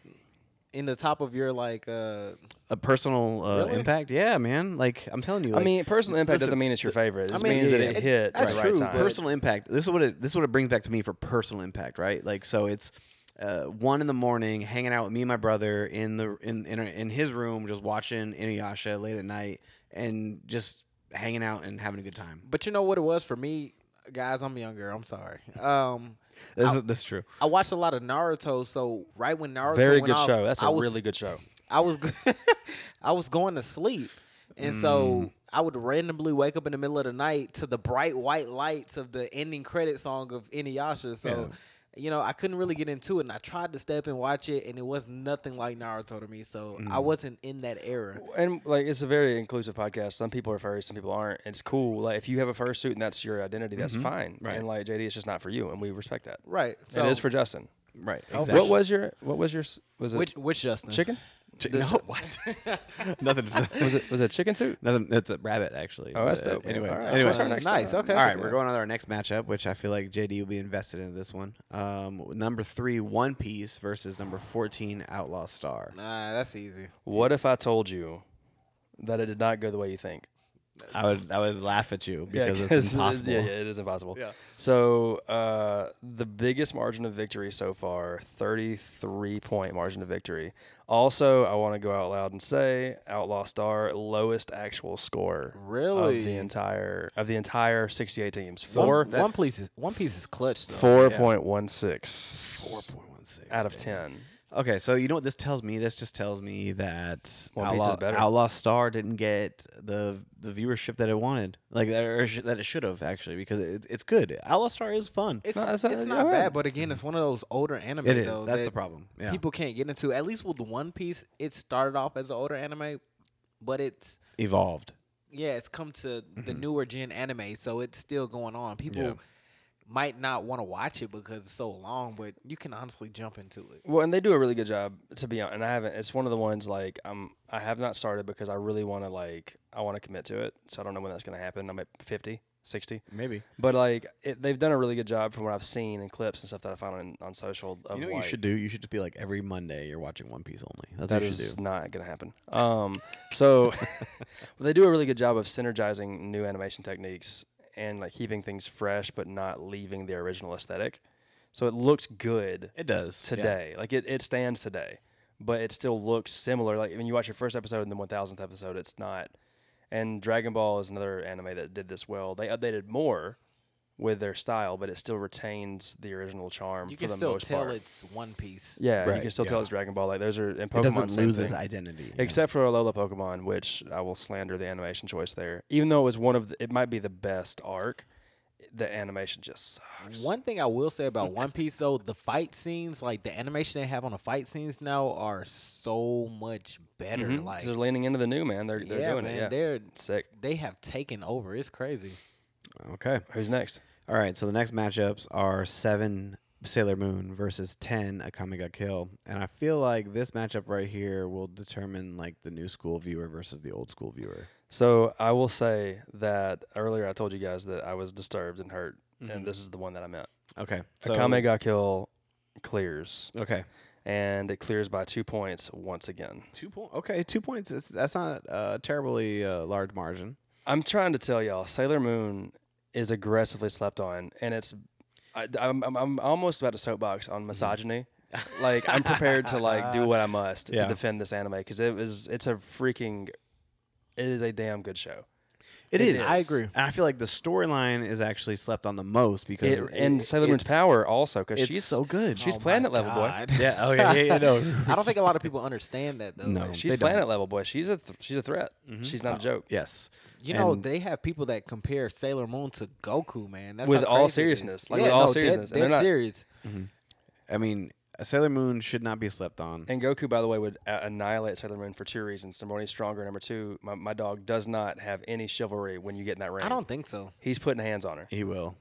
Speaker 2: in the top of your like. uh
Speaker 1: a personal uh,
Speaker 2: Really?
Speaker 1: impact. Yeah, man. Like I'm telling you.
Speaker 3: I
Speaker 1: like,
Speaker 3: mean, personal impact
Speaker 1: listen,
Speaker 3: doesn't mean it's your favorite. It just
Speaker 2: mean,
Speaker 3: means
Speaker 1: yeah,
Speaker 3: that
Speaker 1: yeah.
Speaker 3: it
Speaker 1: It-
Speaker 3: hit
Speaker 2: that's
Speaker 3: at the
Speaker 2: true,
Speaker 3: right time.
Speaker 2: but-
Speaker 1: personal impact. This is what it, this is what it brings back to me for personal impact, right? Like so, it's uh, one in the morning, hanging out with me and my brother in the in in, in his room, just watching Inuyasha late at night, and just hanging out and having a good time.
Speaker 2: But you know what it was for me, guys. I'm younger. I'm sorry. Um,
Speaker 1: This is, this is <laughs> true.
Speaker 2: I watched a lot of Naruto, so right when Naruto
Speaker 3: Very
Speaker 2: went
Speaker 3: good
Speaker 2: off,
Speaker 3: show. That's
Speaker 2: I
Speaker 3: a
Speaker 2: was,
Speaker 3: really good show.
Speaker 2: I was <laughs> I was going to sleep. And
Speaker 3: Mm.
Speaker 2: so I would randomly wake up in the middle of the night to the bright white lights of the ending credit song of Inuyasha. So, you know, I couldn't really get into it. And I tried to step and watch it, and it was nothing like Naruto to me. So
Speaker 3: Mm.
Speaker 2: I wasn't in that era.
Speaker 3: And like it's a very inclusive podcast. Some people are furry, some people aren't. It's cool. Like if you have a fursuit and that's your identity, that's fine.
Speaker 1: Right.
Speaker 3: And like JD, it's just not for you, and we respect that.
Speaker 2: Right. So
Speaker 3: it is for Justin.
Speaker 1: Right.
Speaker 3: What was your what was your s- was it
Speaker 2: which which Justin?
Speaker 3: chicken?
Speaker 1: no, what? <laughs> nothing. <laughs>
Speaker 3: Was it was it a chicken suit?
Speaker 1: Nothing. It's a rabbit, actually.
Speaker 3: Oh, that's
Speaker 1: But, uh,
Speaker 3: dope, man.
Speaker 1: Anyway,
Speaker 3: All right,
Speaker 1: anyway.
Speaker 3: switch our next
Speaker 2: Nice,
Speaker 3: time.
Speaker 2: okay.
Speaker 1: All right, we're going on to our next matchup, which I feel like JD will be invested in this one. Um, number three, One Piece versus number fourteen, Outlaw Star.
Speaker 2: Nah, that's easy.
Speaker 3: What if I told you that it did not go the way you think?
Speaker 1: I would I would laugh at you because
Speaker 3: <laughs> 'cause uh,
Speaker 1: it's impossible.
Speaker 3: Yeah, yeah, it is impossible. Yeah. So uh, the biggest margin of victory so far, 33 point margin of victory. Also, I want to go out loud and say Outlaw Star lowest actual score
Speaker 2: Really?
Speaker 3: of the entire of the entire 68 teams.
Speaker 2: One,
Speaker 3: Four
Speaker 2: one piece is one piece is clutch though.
Speaker 3: four point one six
Speaker 1: Four point one six
Speaker 3: out of ten.
Speaker 1: Okay, so you know what this tells me? This just tells me that
Speaker 3: One Piece is
Speaker 1: Outlaw,
Speaker 3: better.
Speaker 1: Outlaw Star didn't get the the viewership that it wanted, like that, or sh- that it should have actually, because it, it's good. Outlaw Star is fun.
Speaker 2: It's,
Speaker 3: No,
Speaker 2: it's
Speaker 3: that's
Speaker 2: not,
Speaker 3: not- go ahead.
Speaker 2: bad, but again, it's one of those older anime.
Speaker 1: It is.
Speaker 2: though,
Speaker 1: That's the
Speaker 2: that
Speaker 1: problem. Yeah.
Speaker 2: People can't get into. At least with One Piece, it started off as an older anime, but it's
Speaker 1: evolved.
Speaker 2: yeah, it's come to the newer gen anime, so it's still going on. People
Speaker 1: Mm-hmm. Yeah.
Speaker 2: might not want to watch it because it's so long, but you can honestly jump into it.
Speaker 3: Well, and they do a really good job to be on. And I haven't. It's one of the ones like um I have not started because I really want to like I want to commit to it. So I don't know when that's gonna happen. I'm at 50, 60.
Speaker 1: Maybe.
Speaker 3: But like it, they've done a really good job from what I've seen in clips and stuff that I found on, on social. Of
Speaker 1: You know what you
Speaker 3: like-
Speaker 1: should do? You should just be like every Monday you're watching One Piece only. That's
Speaker 3: That
Speaker 1: what you should
Speaker 3: is
Speaker 1: do.
Speaker 3: not
Speaker 1: <laughs>
Speaker 3: gonna happen. Um, so <laughs> they do a really good job of synergizing new animation techniques and like keeping things fresh, but not leaving the original aesthetic. So it looks good
Speaker 1: It does yeah.
Speaker 3: today. Like it, it stands today, but it still looks similar. Like when you watch your first episode and the one thousandth episode, it's not. And Dragon Ball is another anime that did this well. They updated more with their style, but it still retains the original charm
Speaker 2: You
Speaker 3: for
Speaker 2: can
Speaker 3: the
Speaker 2: still
Speaker 3: most
Speaker 2: tell
Speaker 3: part.
Speaker 2: it's One Piece.
Speaker 3: yeah, you
Speaker 1: Right,
Speaker 3: can still tell
Speaker 1: yeah.
Speaker 3: it's Dragon Ball. Like those are in
Speaker 1: It
Speaker 3: Pokemon.
Speaker 1: doesn't
Speaker 3: same
Speaker 1: lose
Speaker 3: thing.
Speaker 1: its identity. yeah.
Speaker 3: Except for Alola Pokemon, which I will slander the animation choice there. Even though it was one of the, it might be the best arc, the animation just sucks.
Speaker 2: One thing I will say about One Piece though, the fight scenes, like the animation they have on the fight scenes now, are so much better.
Speaker 3: Mhm. 'Cause
Speaker 2: Like,
Speaker 3: they're leaning into the new man. They're, they're
Speaker 2: yeah,
Speaker 3: doing
Speaker 2: man,
Speaker 3: it. Yeah.
Speaker 2: they're
Speaker 3: Sick.
Speaker 2: they have taken over. It's crazy.
Speaker 1: okay.
Speaker 3: Who's next?
Speaker 1: All right, so the next matchups are seven Sailor Moon versus ten Akame ga Kill, and I feel like this matchup right here will determine like the new school viewer versus the old school viewer.
Speaker 3: So I will say that earlier I told you guys that I was disturbed and hurt, and this is the one that I meant.
Speaker 1: Okay, so
Speaker 3: Mm-hmm. So, Akame ga Kill clears,
Speaker 1: okay,
Speaker 3: and it clears by two points once again.
Speaker 1: two point. Okay, two points. It's, that's not a uh, terribly uh, large margin.
Speaker 3: I'm trying to tell y'all, Sailor Moon is aggressively slept on, and it's. I, am I'm, I'm almost about to soapbox on misogyny. <laughs> like I'm prepared to like do what I <laughs> must
Speaker 1: Yeah.
Speaker 3: to defend this anime because it was it's a freaking, it is a damn good show.
Speaker 1: <laughs> it
Speaker 3: It
Speaker 1: is.
Speaker 3: is.
Speaker 2: I agree.
Speaker 1: and I feel like the storyline is actually slept on the most because
Speaker 3: It, and Sailor Moon's
Speaker 1: it's-
Speaker 3: power also because
Speaker 1: It's
Speaker 3: she's
Speaker 1: so good.
Speaker 3: she's planet level boy.
Speaker 1: yeah. Oh yeah. Yeah. yeah
Speaker 3: <laughs>
Speaker 1: no.
Speaker 2: I don't think a lot of people understand that though.
Speaker 1: No.
Speaker 2: Like,
Speaker 3: She's
Speaker 1: Oh, They don't. Oh.
Speaker 3: planet level, boy. She's a th- she's a threat. She's not a joke.
Speaker 1: Mm-hmm. Uh, yes.
Speaker 2: you know,
Speaker 1: And-
Speaker 2: they have people that compare Sailor Moon to Goku, man. That's
Speaker 3: With
Speaker 2: how
Speaker 3: all
Speaker 2: crazy it is.
Speaker 3: seriousness, like, with all
Speaker 2: dead-
Speaker 3: seriousness, and
Speaker 2: dead
Speaker 3: they're not-
Speaker 2: serious.
Speaker 1: I mean, Sailor Moon should not be slept on.
Speaker 3: And Goku, by the way, would a- annihilate Sailor Moon for two reasons. Number one, he's stronger. Number two, my, my dog does not have any chivalry when you get in that ring.
Speaker 2: I don't think so.
Speaker 3: He's putting hands on her.
Speaker 1: He will.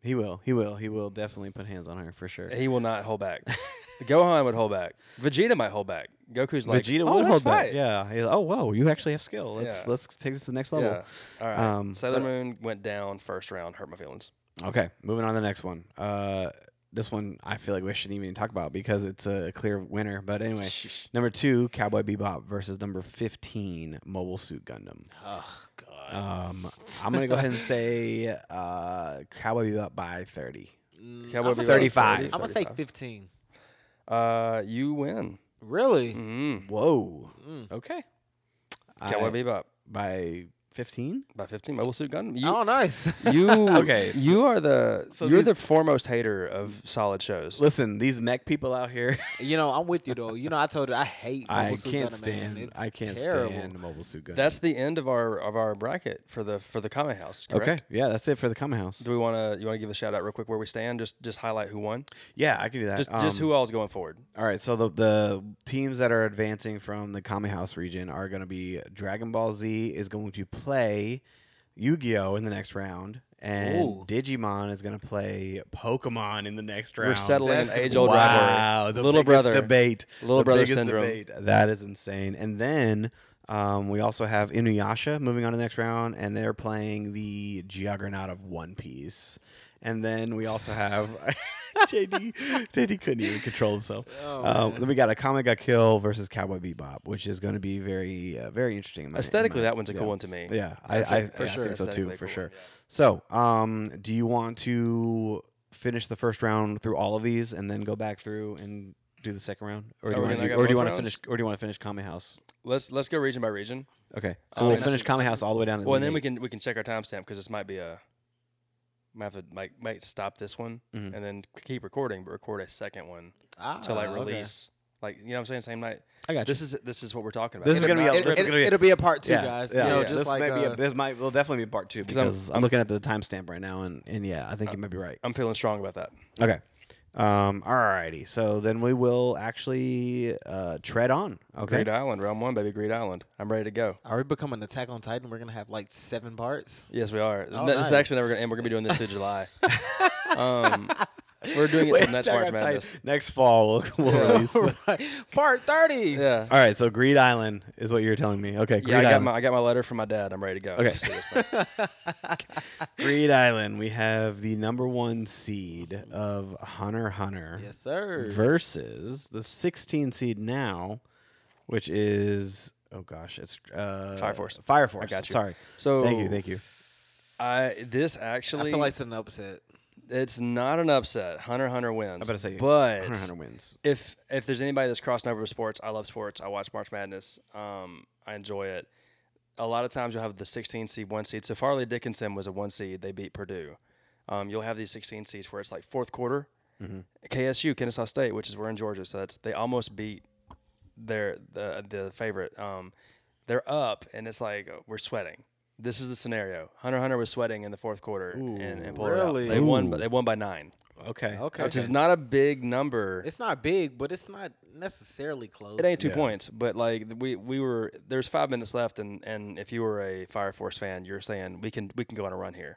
Speaker 1: He will. He will. He will definitely put hands on her for sure.
Speaker 3: He will not hold
Speaker 1: <laughs>
Speaker 3: back. Gohan would hold back. Vegeta might hold back. Goku's like,
Speaker 1: Vegeta
Speaker 3: oh,
Speaker 1: would
Speaker 3: let's
Speaker 1: hold
Speaker 3: fight.
Speaker 1: back. Yeah. He's like, oh, whoa, you actually have skill. Let's
Speaker 3: Yeah.
Speaker 1: let's take this to the next level.
Speaker 3: Yeah. All right.
Speaker 1: Um,
Speaker 3: Sailor Moon went down first round. Hurt my feelings.
Speaker 1: Okay, moving on to the next one. Uh, this one I feel like we shouldn't even talk about because it's a clear winner. But anyway, number two, Cowboy Bebop versus number fifteen, Mobile Suit Gundam.
Speaker 2: Oh God.
Speaker 1: Um, I'm gonna go ahead and say uh, Cowboy Bebop by thirty.
Speaker 3: Cowboy Bebop,
Speaker 1: 35.
Speaker 2: I'm gonna say
Speaker 3: 35.
Speaker 2: 15.
Speaker 3: Uh, you win.
Speaker 2: Really?
Speaker 3: Mm.
Speaker 1: Whoa. Okay.
Speaker 3: Cowboy
Speaker 1: I-
Speaker 3: Bebop
Speaker 1: by fifteen.
Speaker 3: by 15. Mobile Suit Gundam. You,
Speaker 2: Oh, nice.
Speaker 3: Mm. you
Speaker 1: <laughs> Okay.
Speaker 3: You are the
Speaker 1: So
Speaker 3: you're
Speaker 1: these-
Speaker 3: the foremost hater of solid shows.
Speaker 1: Listen, these mech people out here, <laughs>
Speaker 2: you know, I'm with you though. You know, I told you I hate.
Speaker 1: I
Speaker 2: Mobile Suit
Speaker 1: can't
Speaker 2: Gundam, man.
Speaker 1: stand.
Speaker 2: It's
Speaker 1: I can't
Speaker 2: terrible.
Speaker 1: stand Mobile Suit Gundam.
Speaker 3: That's the end of our of our bracket for the for the comment house. Correct?
Speaker 1: okay. Yeah, that's it for the comment house.
Speaker 3: Do we want to you want to give a shout out real quick where we stand? Just just highlight who won.
Speaker 1: Yeah, I can do that.
Speaker 3: Just just
Speaker 1: Um,
Speaker 3: who all's going forward.
Speaker 1: All right, so the the teams that are advancing from the Kami House region are going to be Dragon Ball Z is going to play Yu-Gi-Oh in the next round, and
Speaker 2: Ooh.
Speaker 1: Digimon is going to play Pokemon in the next round.
Speaker 3: We're settling an
Speaker 2: That's-
Speaker 3: age old rivalry.
Speaker 1: wow, the
Speaker 3: Little
Speaker 1: biggest
Speaker 3: brother.
Speaker 1: debate,
Speaker 3: Little
Speaker 1: the
Speaker 3: brother
Speaker 1: biggest
Speaker 3: syndrome.
Speaker 1: debate. That is insane. And then um, we also have Inuyasha moving on to the next round, and they're playing the Juggernaut of One Piece. And then we also have <laughs>
Speaker 3: <laughs>
Speaker 1: JD. JD couldn't even control himself.
Speaker 2: Oh,
Speaker 1: Uh, then we got a comic got kill versus Cowboy Bebop, which is going to be very, uh, very interesting. in my- in
Speaker 3: Aesthetically,
Speaker 1: my-
Speaker 3: that one's a
Speaker 1: yeah.
Speaker 3: cool one to me.
Speaker 1: Yeah, I,
Speaker 3: That's a-
Speaker 1: I,
Speaker 3: for
Speaker 1: I
Speaker 3: sure.
Speaker 1: think so too,
Speaker 3: Aesthetically
Speaker 1: for
Speaker 3: cool,
Speaker 1: sure.
Speaker 3: yeah.
Speaker 1: So, um, do you want to finish the first round through all of these and then go back through and do the second round, or do
Speaker 3: Are
Speaker 1: you
Speaker 3: we
Speaker 1: want
Speaker 3: gonna
Speaker 1: to,
Speaker 3: go
Speaker 1: or do you
Speaker 3: both
Speaker 1: want to
Speaker 3: rounds?
Speaker 1: finish, or do you want to finish Comic House?
Speaker 3: Let's let's go region by region.
Speaker 1: Okay, so
Speaker 3: Um,
Speaker 1: we'll
Speaker 3: and
Speaker 1: finish
Speaker 3: that's-
Speaker 1: Comic House all the way down to.
Speaker 3: Well, and
Speaker 1: the
Speaker 3: then we
Speaker 1: eight.
Speaker 3: can we can check our timestamp because this might be a might have to might might stop this one
Speaker 1: Mhm.
Speaker 3: and then keep recording, but record a second one
Speaker 2: Ah,
Speaker 3: to like
Speaker 2: okay.
Speaker 3: release. Like you know what I'm saying? Same night.
Speaker 1: I got you.
Speaker 3: This is this is what we're talking about.
Speaker 1: This is
Speaker 3: It-
Speaker 1: gonna be
Speaker 2: It,
Speaker 1: a-
Speaker 3: it-
Speaker 1: this is
Speaker 2: it,
Speaker 1: gonna be a-
Speaker 2: it'll be a part two,
Speaker 1: yeah,
Speaker 2: guys.
Speaker 1: yeah,
Speaker 2: you know,
Speaker 3: yeah.
Speaker 2: just
Speaker 1: this
Speaker 2: like
Speaker 1: might be
Speaker 2: uh,
Speaker 1: a, this might will definitely be part two
Speaker 3: 'Cause I'm- Uh,
Speaker 1: because I'm,
Speaker 3: I'm
Speaker 1: looking at the timestamp right now, and and yeah, I think you might be right.
Speaker 3: I'm feeling strong about that.
Speaker 1: Okay. Um, alrighty. So then we will actually uh, tread on. Okay. <laughs>
Speaker 3: Greed Island, round one, baby. Greed Island. I'm ready to go.
Speaker 2: Are we becoming Attack on Titan? We're gonna have like
Speaker 1: <laughs>
Speaker 2: seven parts.
Speaker 3: Yes, we are.
Speaker 2: Oh,
Speaker 3: No, This is
Speaker 2: nice.
Speaker 3: actually never gonna end. We're gonna be doing this through July. um, we're doing it till next
Speaker 1: Attack
Speaker 3: March
Speaker 1: on Titan.
Speaker 3: Madness.
Speaker 1: Next fall, we'll, we'll release. <laughs> All
Speaker 3: <laughs>
Speaker 2: Part thirty.
Speaker 3: Yeah.
Speaker 1: right. So Greed Island is what you're telling me. Okay. Greed
Speaker 3: Yeah, I got
Speaker 1: Island.
Speaker 3: my I got my letter from my dad. I'm ready to go.
Speaker 1: Okay.
Speaker 3: So this thing-
Speaker 1: <laughs> Greed Island. We have the number one seed of Hunter x Hunter
Speaker 2: Yes, sir.
Speaker 1: versus the 16 seed now, which is oh gosh, it's uh,
Speaker 3: Fire Force.
Speaker 1: Fire Force.
Speaker 3: got you. Oh,
Speaker 1: Sorry.
Speaker 3: So
Speaker 1: Thank you. Thank you.
Speaker 3: I this
Speaker 2: I
Speaker 3: actually
Speaker 2: feel like it's an upset.
Speaker 3: it's not an upset. Hunter x Hunter wins.
Speaker 1: I better say
Speaker 3: but
Speaker 1: Hunter x Hunter wins.
Speaker 3: if if there's anybody that's crossing over to sports, I love sports. I watch March Madness. Um, I enjoy it. A lot of times you'll have the 16 seed, one seed. So Farley Dickinson was a one seed. They beat Purdue. Um, you'll have these 16 seeds where it's like fourth quarter.
Speaker 1: Mm-hmm.
Speaker 3: KSU, Kennesaw State, which is we're in Georgia, so that's they almost beat their the the favorite. Um, they're up, and it's like uh, we're sweating. This is the scenario. Hunter Hunter was sweating in the fourth quarter and, and pulled
Speaker 2: really?
Speaker 3: it out. They won.
Speaker 1: Ooh.
Speaker 3: They won by nine,
Speaker 1: Okay.
Speaker 2: Okay.
Speaker 3: which is not a big number.
Speaker 2: It's not big, but it's not necessarily close.
Speaker 3: It ain't two
Speaker 1: Yeah.
Speaker 3: points, but like th- we we were there's five minutes left, and and if you were a Fire Force fan, you're saying we can we can go on a run here.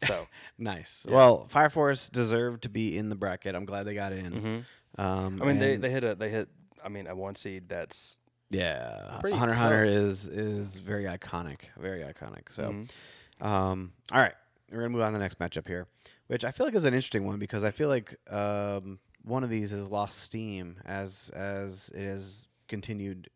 Speaker 1: <laughs>
Speaker 3: So
Speaker 1: Nice. Well, Fire Force deserved to be in the bracket. I'm glad they got in. Um,
Speaker 3: Mm-hmm. I mean they,
Speaker 1: and-
Speaker 3: they hit a they hit I mean a one seed that's
Speaker 1: yeah,
Speaker 2: Pretty
Speaker 1: Hunter x Hunter is is very iconic, very iconic. So, um, all right, we're gonna move on to the next matchup here, which I feel like is an interesting one because I feel like um, one of these has lost steam as as it has continued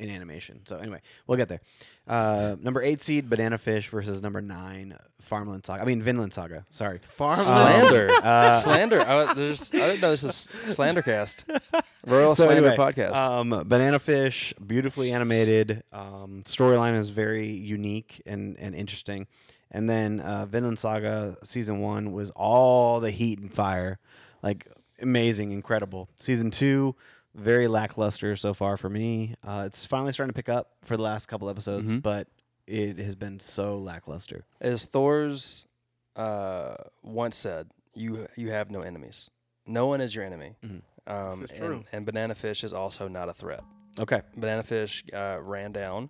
Speaker 1: in animation. So anyway, we'll get there. Uh, number eight seed Banana Fish versus number nine Farmland Saga. I mean Vinland Saga. Sorry.
Speaker 2: Um, Farmland.
Speaker 3: slander
Speaker 1: uh,
Speaker 3: slander. I, was- there's, I didn't know this was slandercast, rural slander podcast.
Speaker 1: Um, Banana Fish, beautifully animated. Um, Storyline is very unique and, and interesting. And then uh, Vinland Saga season one was all the heat and fire, like amazing, incredible. Season two, very lackluster so far for me. Uh, it's finally starting to pick up for the last couple episodes, but it has been so lackluster.
Speaker 3: As Thor's uh, once said, you you have no enemies. No one is your enemy.
Speaker 1: Mm-hmm.
Speaker 3: Um,
Speaker 4: This is
Speaker 3: and-
Speaker 4: true.
Speaker 3: And, banana fish is also not a threat.
Speaker 1: Okay.
Speaker 3: Banana fish uh, ran down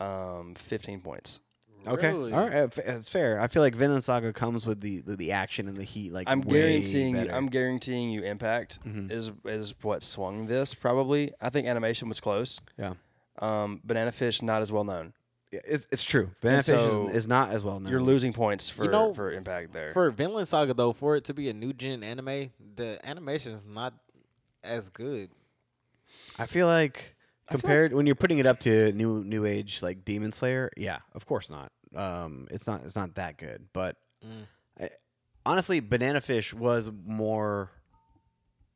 Speaker 3: um, 15 points.
Speaker 1: Okay.
Speaker 2: Really?
Speaker 1: All right. uh, f- It's fair. I feel like Vinland Saga comes with the the, the action and the heat. Like
Speaker 3: I'm
Speaker 1: way
Speaker 3: guaranteeing
Speaker 1: better. Mm-hmm.
Speaker 3: I'm guaranteeing you impact is is what swung this probably. I think animation was close.
Speaker 1: yeah.
Speaker 3: Um, banana fish not as well known.
Speaker 1: Yeah, It's, it's true. Banana Fish is-
Speaker 3: so
Speaker 1: is, not as well known.
Speaker 3: You're losing points for
Speaker 2: know,
Speaker 3: for impact there.
Speaker 2: For Vinland Saga though, for it to be a new gen anime, the animation is not as good.
Speaker 1: I feel like compared when you're putting it up to new new age like Demon Slayer, yeah, of course not. Um, it's not it's not that good, but
Speaker 3: Mm.
Speaker 1: I, honestly, Banana Fish was more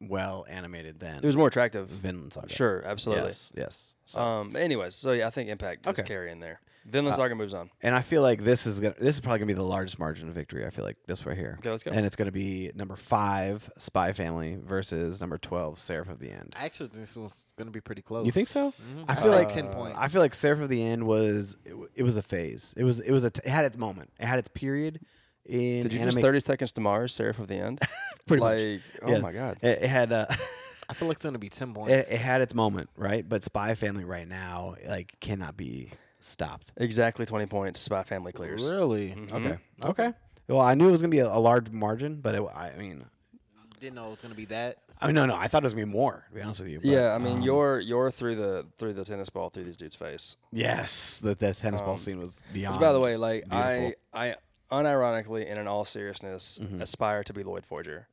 Speaker 1: well animated than
Speaker 3: it was more attractive.
Speaker 1: Vinland Saga.
Speaker 3: Sure, absolutely.
Speaker 1: Yes. Yes. So-
Speaker 3: Um. Anyways, so yeah, I think impact
Speaker 1: Okay. Uh,
Speaker 3: is carrying there. Vinland Saga moves on.
Speaker 1: and I feel like this is gonna this is probably gonna be the largest margin of victory. I feel like this right here.
Speaker 3: Okay, let's go.
Speaker 1: And it's gonna be number five, Spy Family versus number twelve, Seraph of the End.
Speaker 2: I actually think this one's gonna be pretty close.
Speaker 1: You think so? Uh,
Speaker 3: Mm-hmm.
Speaker 2: Mhm.
Speaker 1: I
Speaker 2: I'd
Speaker 1: feel
Speaker 2: say
Speaker 1: like
Speaker 2: ten points.
Speaker 1: I feel like Seraph of the End was it, w- it was a phase. It was it was a t- it had its moment. It had its period in
Speaker 3: Did you
Speaker 1: anime.
Speaker 3: just 30 seconds to Mars, Seraph of the
Speaker 1: <laughs>
Speaker 3: End?
Speaker 1: Pretty much.
Speaker 3: like,
Speaker 1: <laughs>
Speaker 3: oh
Speaker 1: Yeah.
Speaker 3: my God.
Speaker 1: It, it had uh, <laughs>
Speaker 2: I feel like it's gonna be ten points.
Speaker 1: it, it had its moment, right? But Spy Family right now like cannot be stopped.
Speaker 3: Exactly 20 points. Spy Family clears.
Speaker 2: Really?
Speaker 3: Mm-hmm.
Speaker 1: Okay. Okay. Well, I knew it was gonna be a, a large margin, but it, I mean,
Speaker 2: Didn't know it was gonna be that.
Speaker 1: I mean, no, no, I thought it was gonna be more. To be honest with you. but,
Speaker 3: yeah, I mean,
Speaker 1: um,
Speaker 3: you're you're through the through the tennis ball through these dudes' face.
Speaker 1: yes, the, the tennis ball
Speaker 3: Um,
Speaker 1: scene was
Speaker 3: Which,
Speaker 1: beyond.
Speaker 3: by the way, like
Speaker 1: beautiful. Mm-hmm.
Speaker 3: I I unironically and in all seriousness aspire to be Lloyd Forger.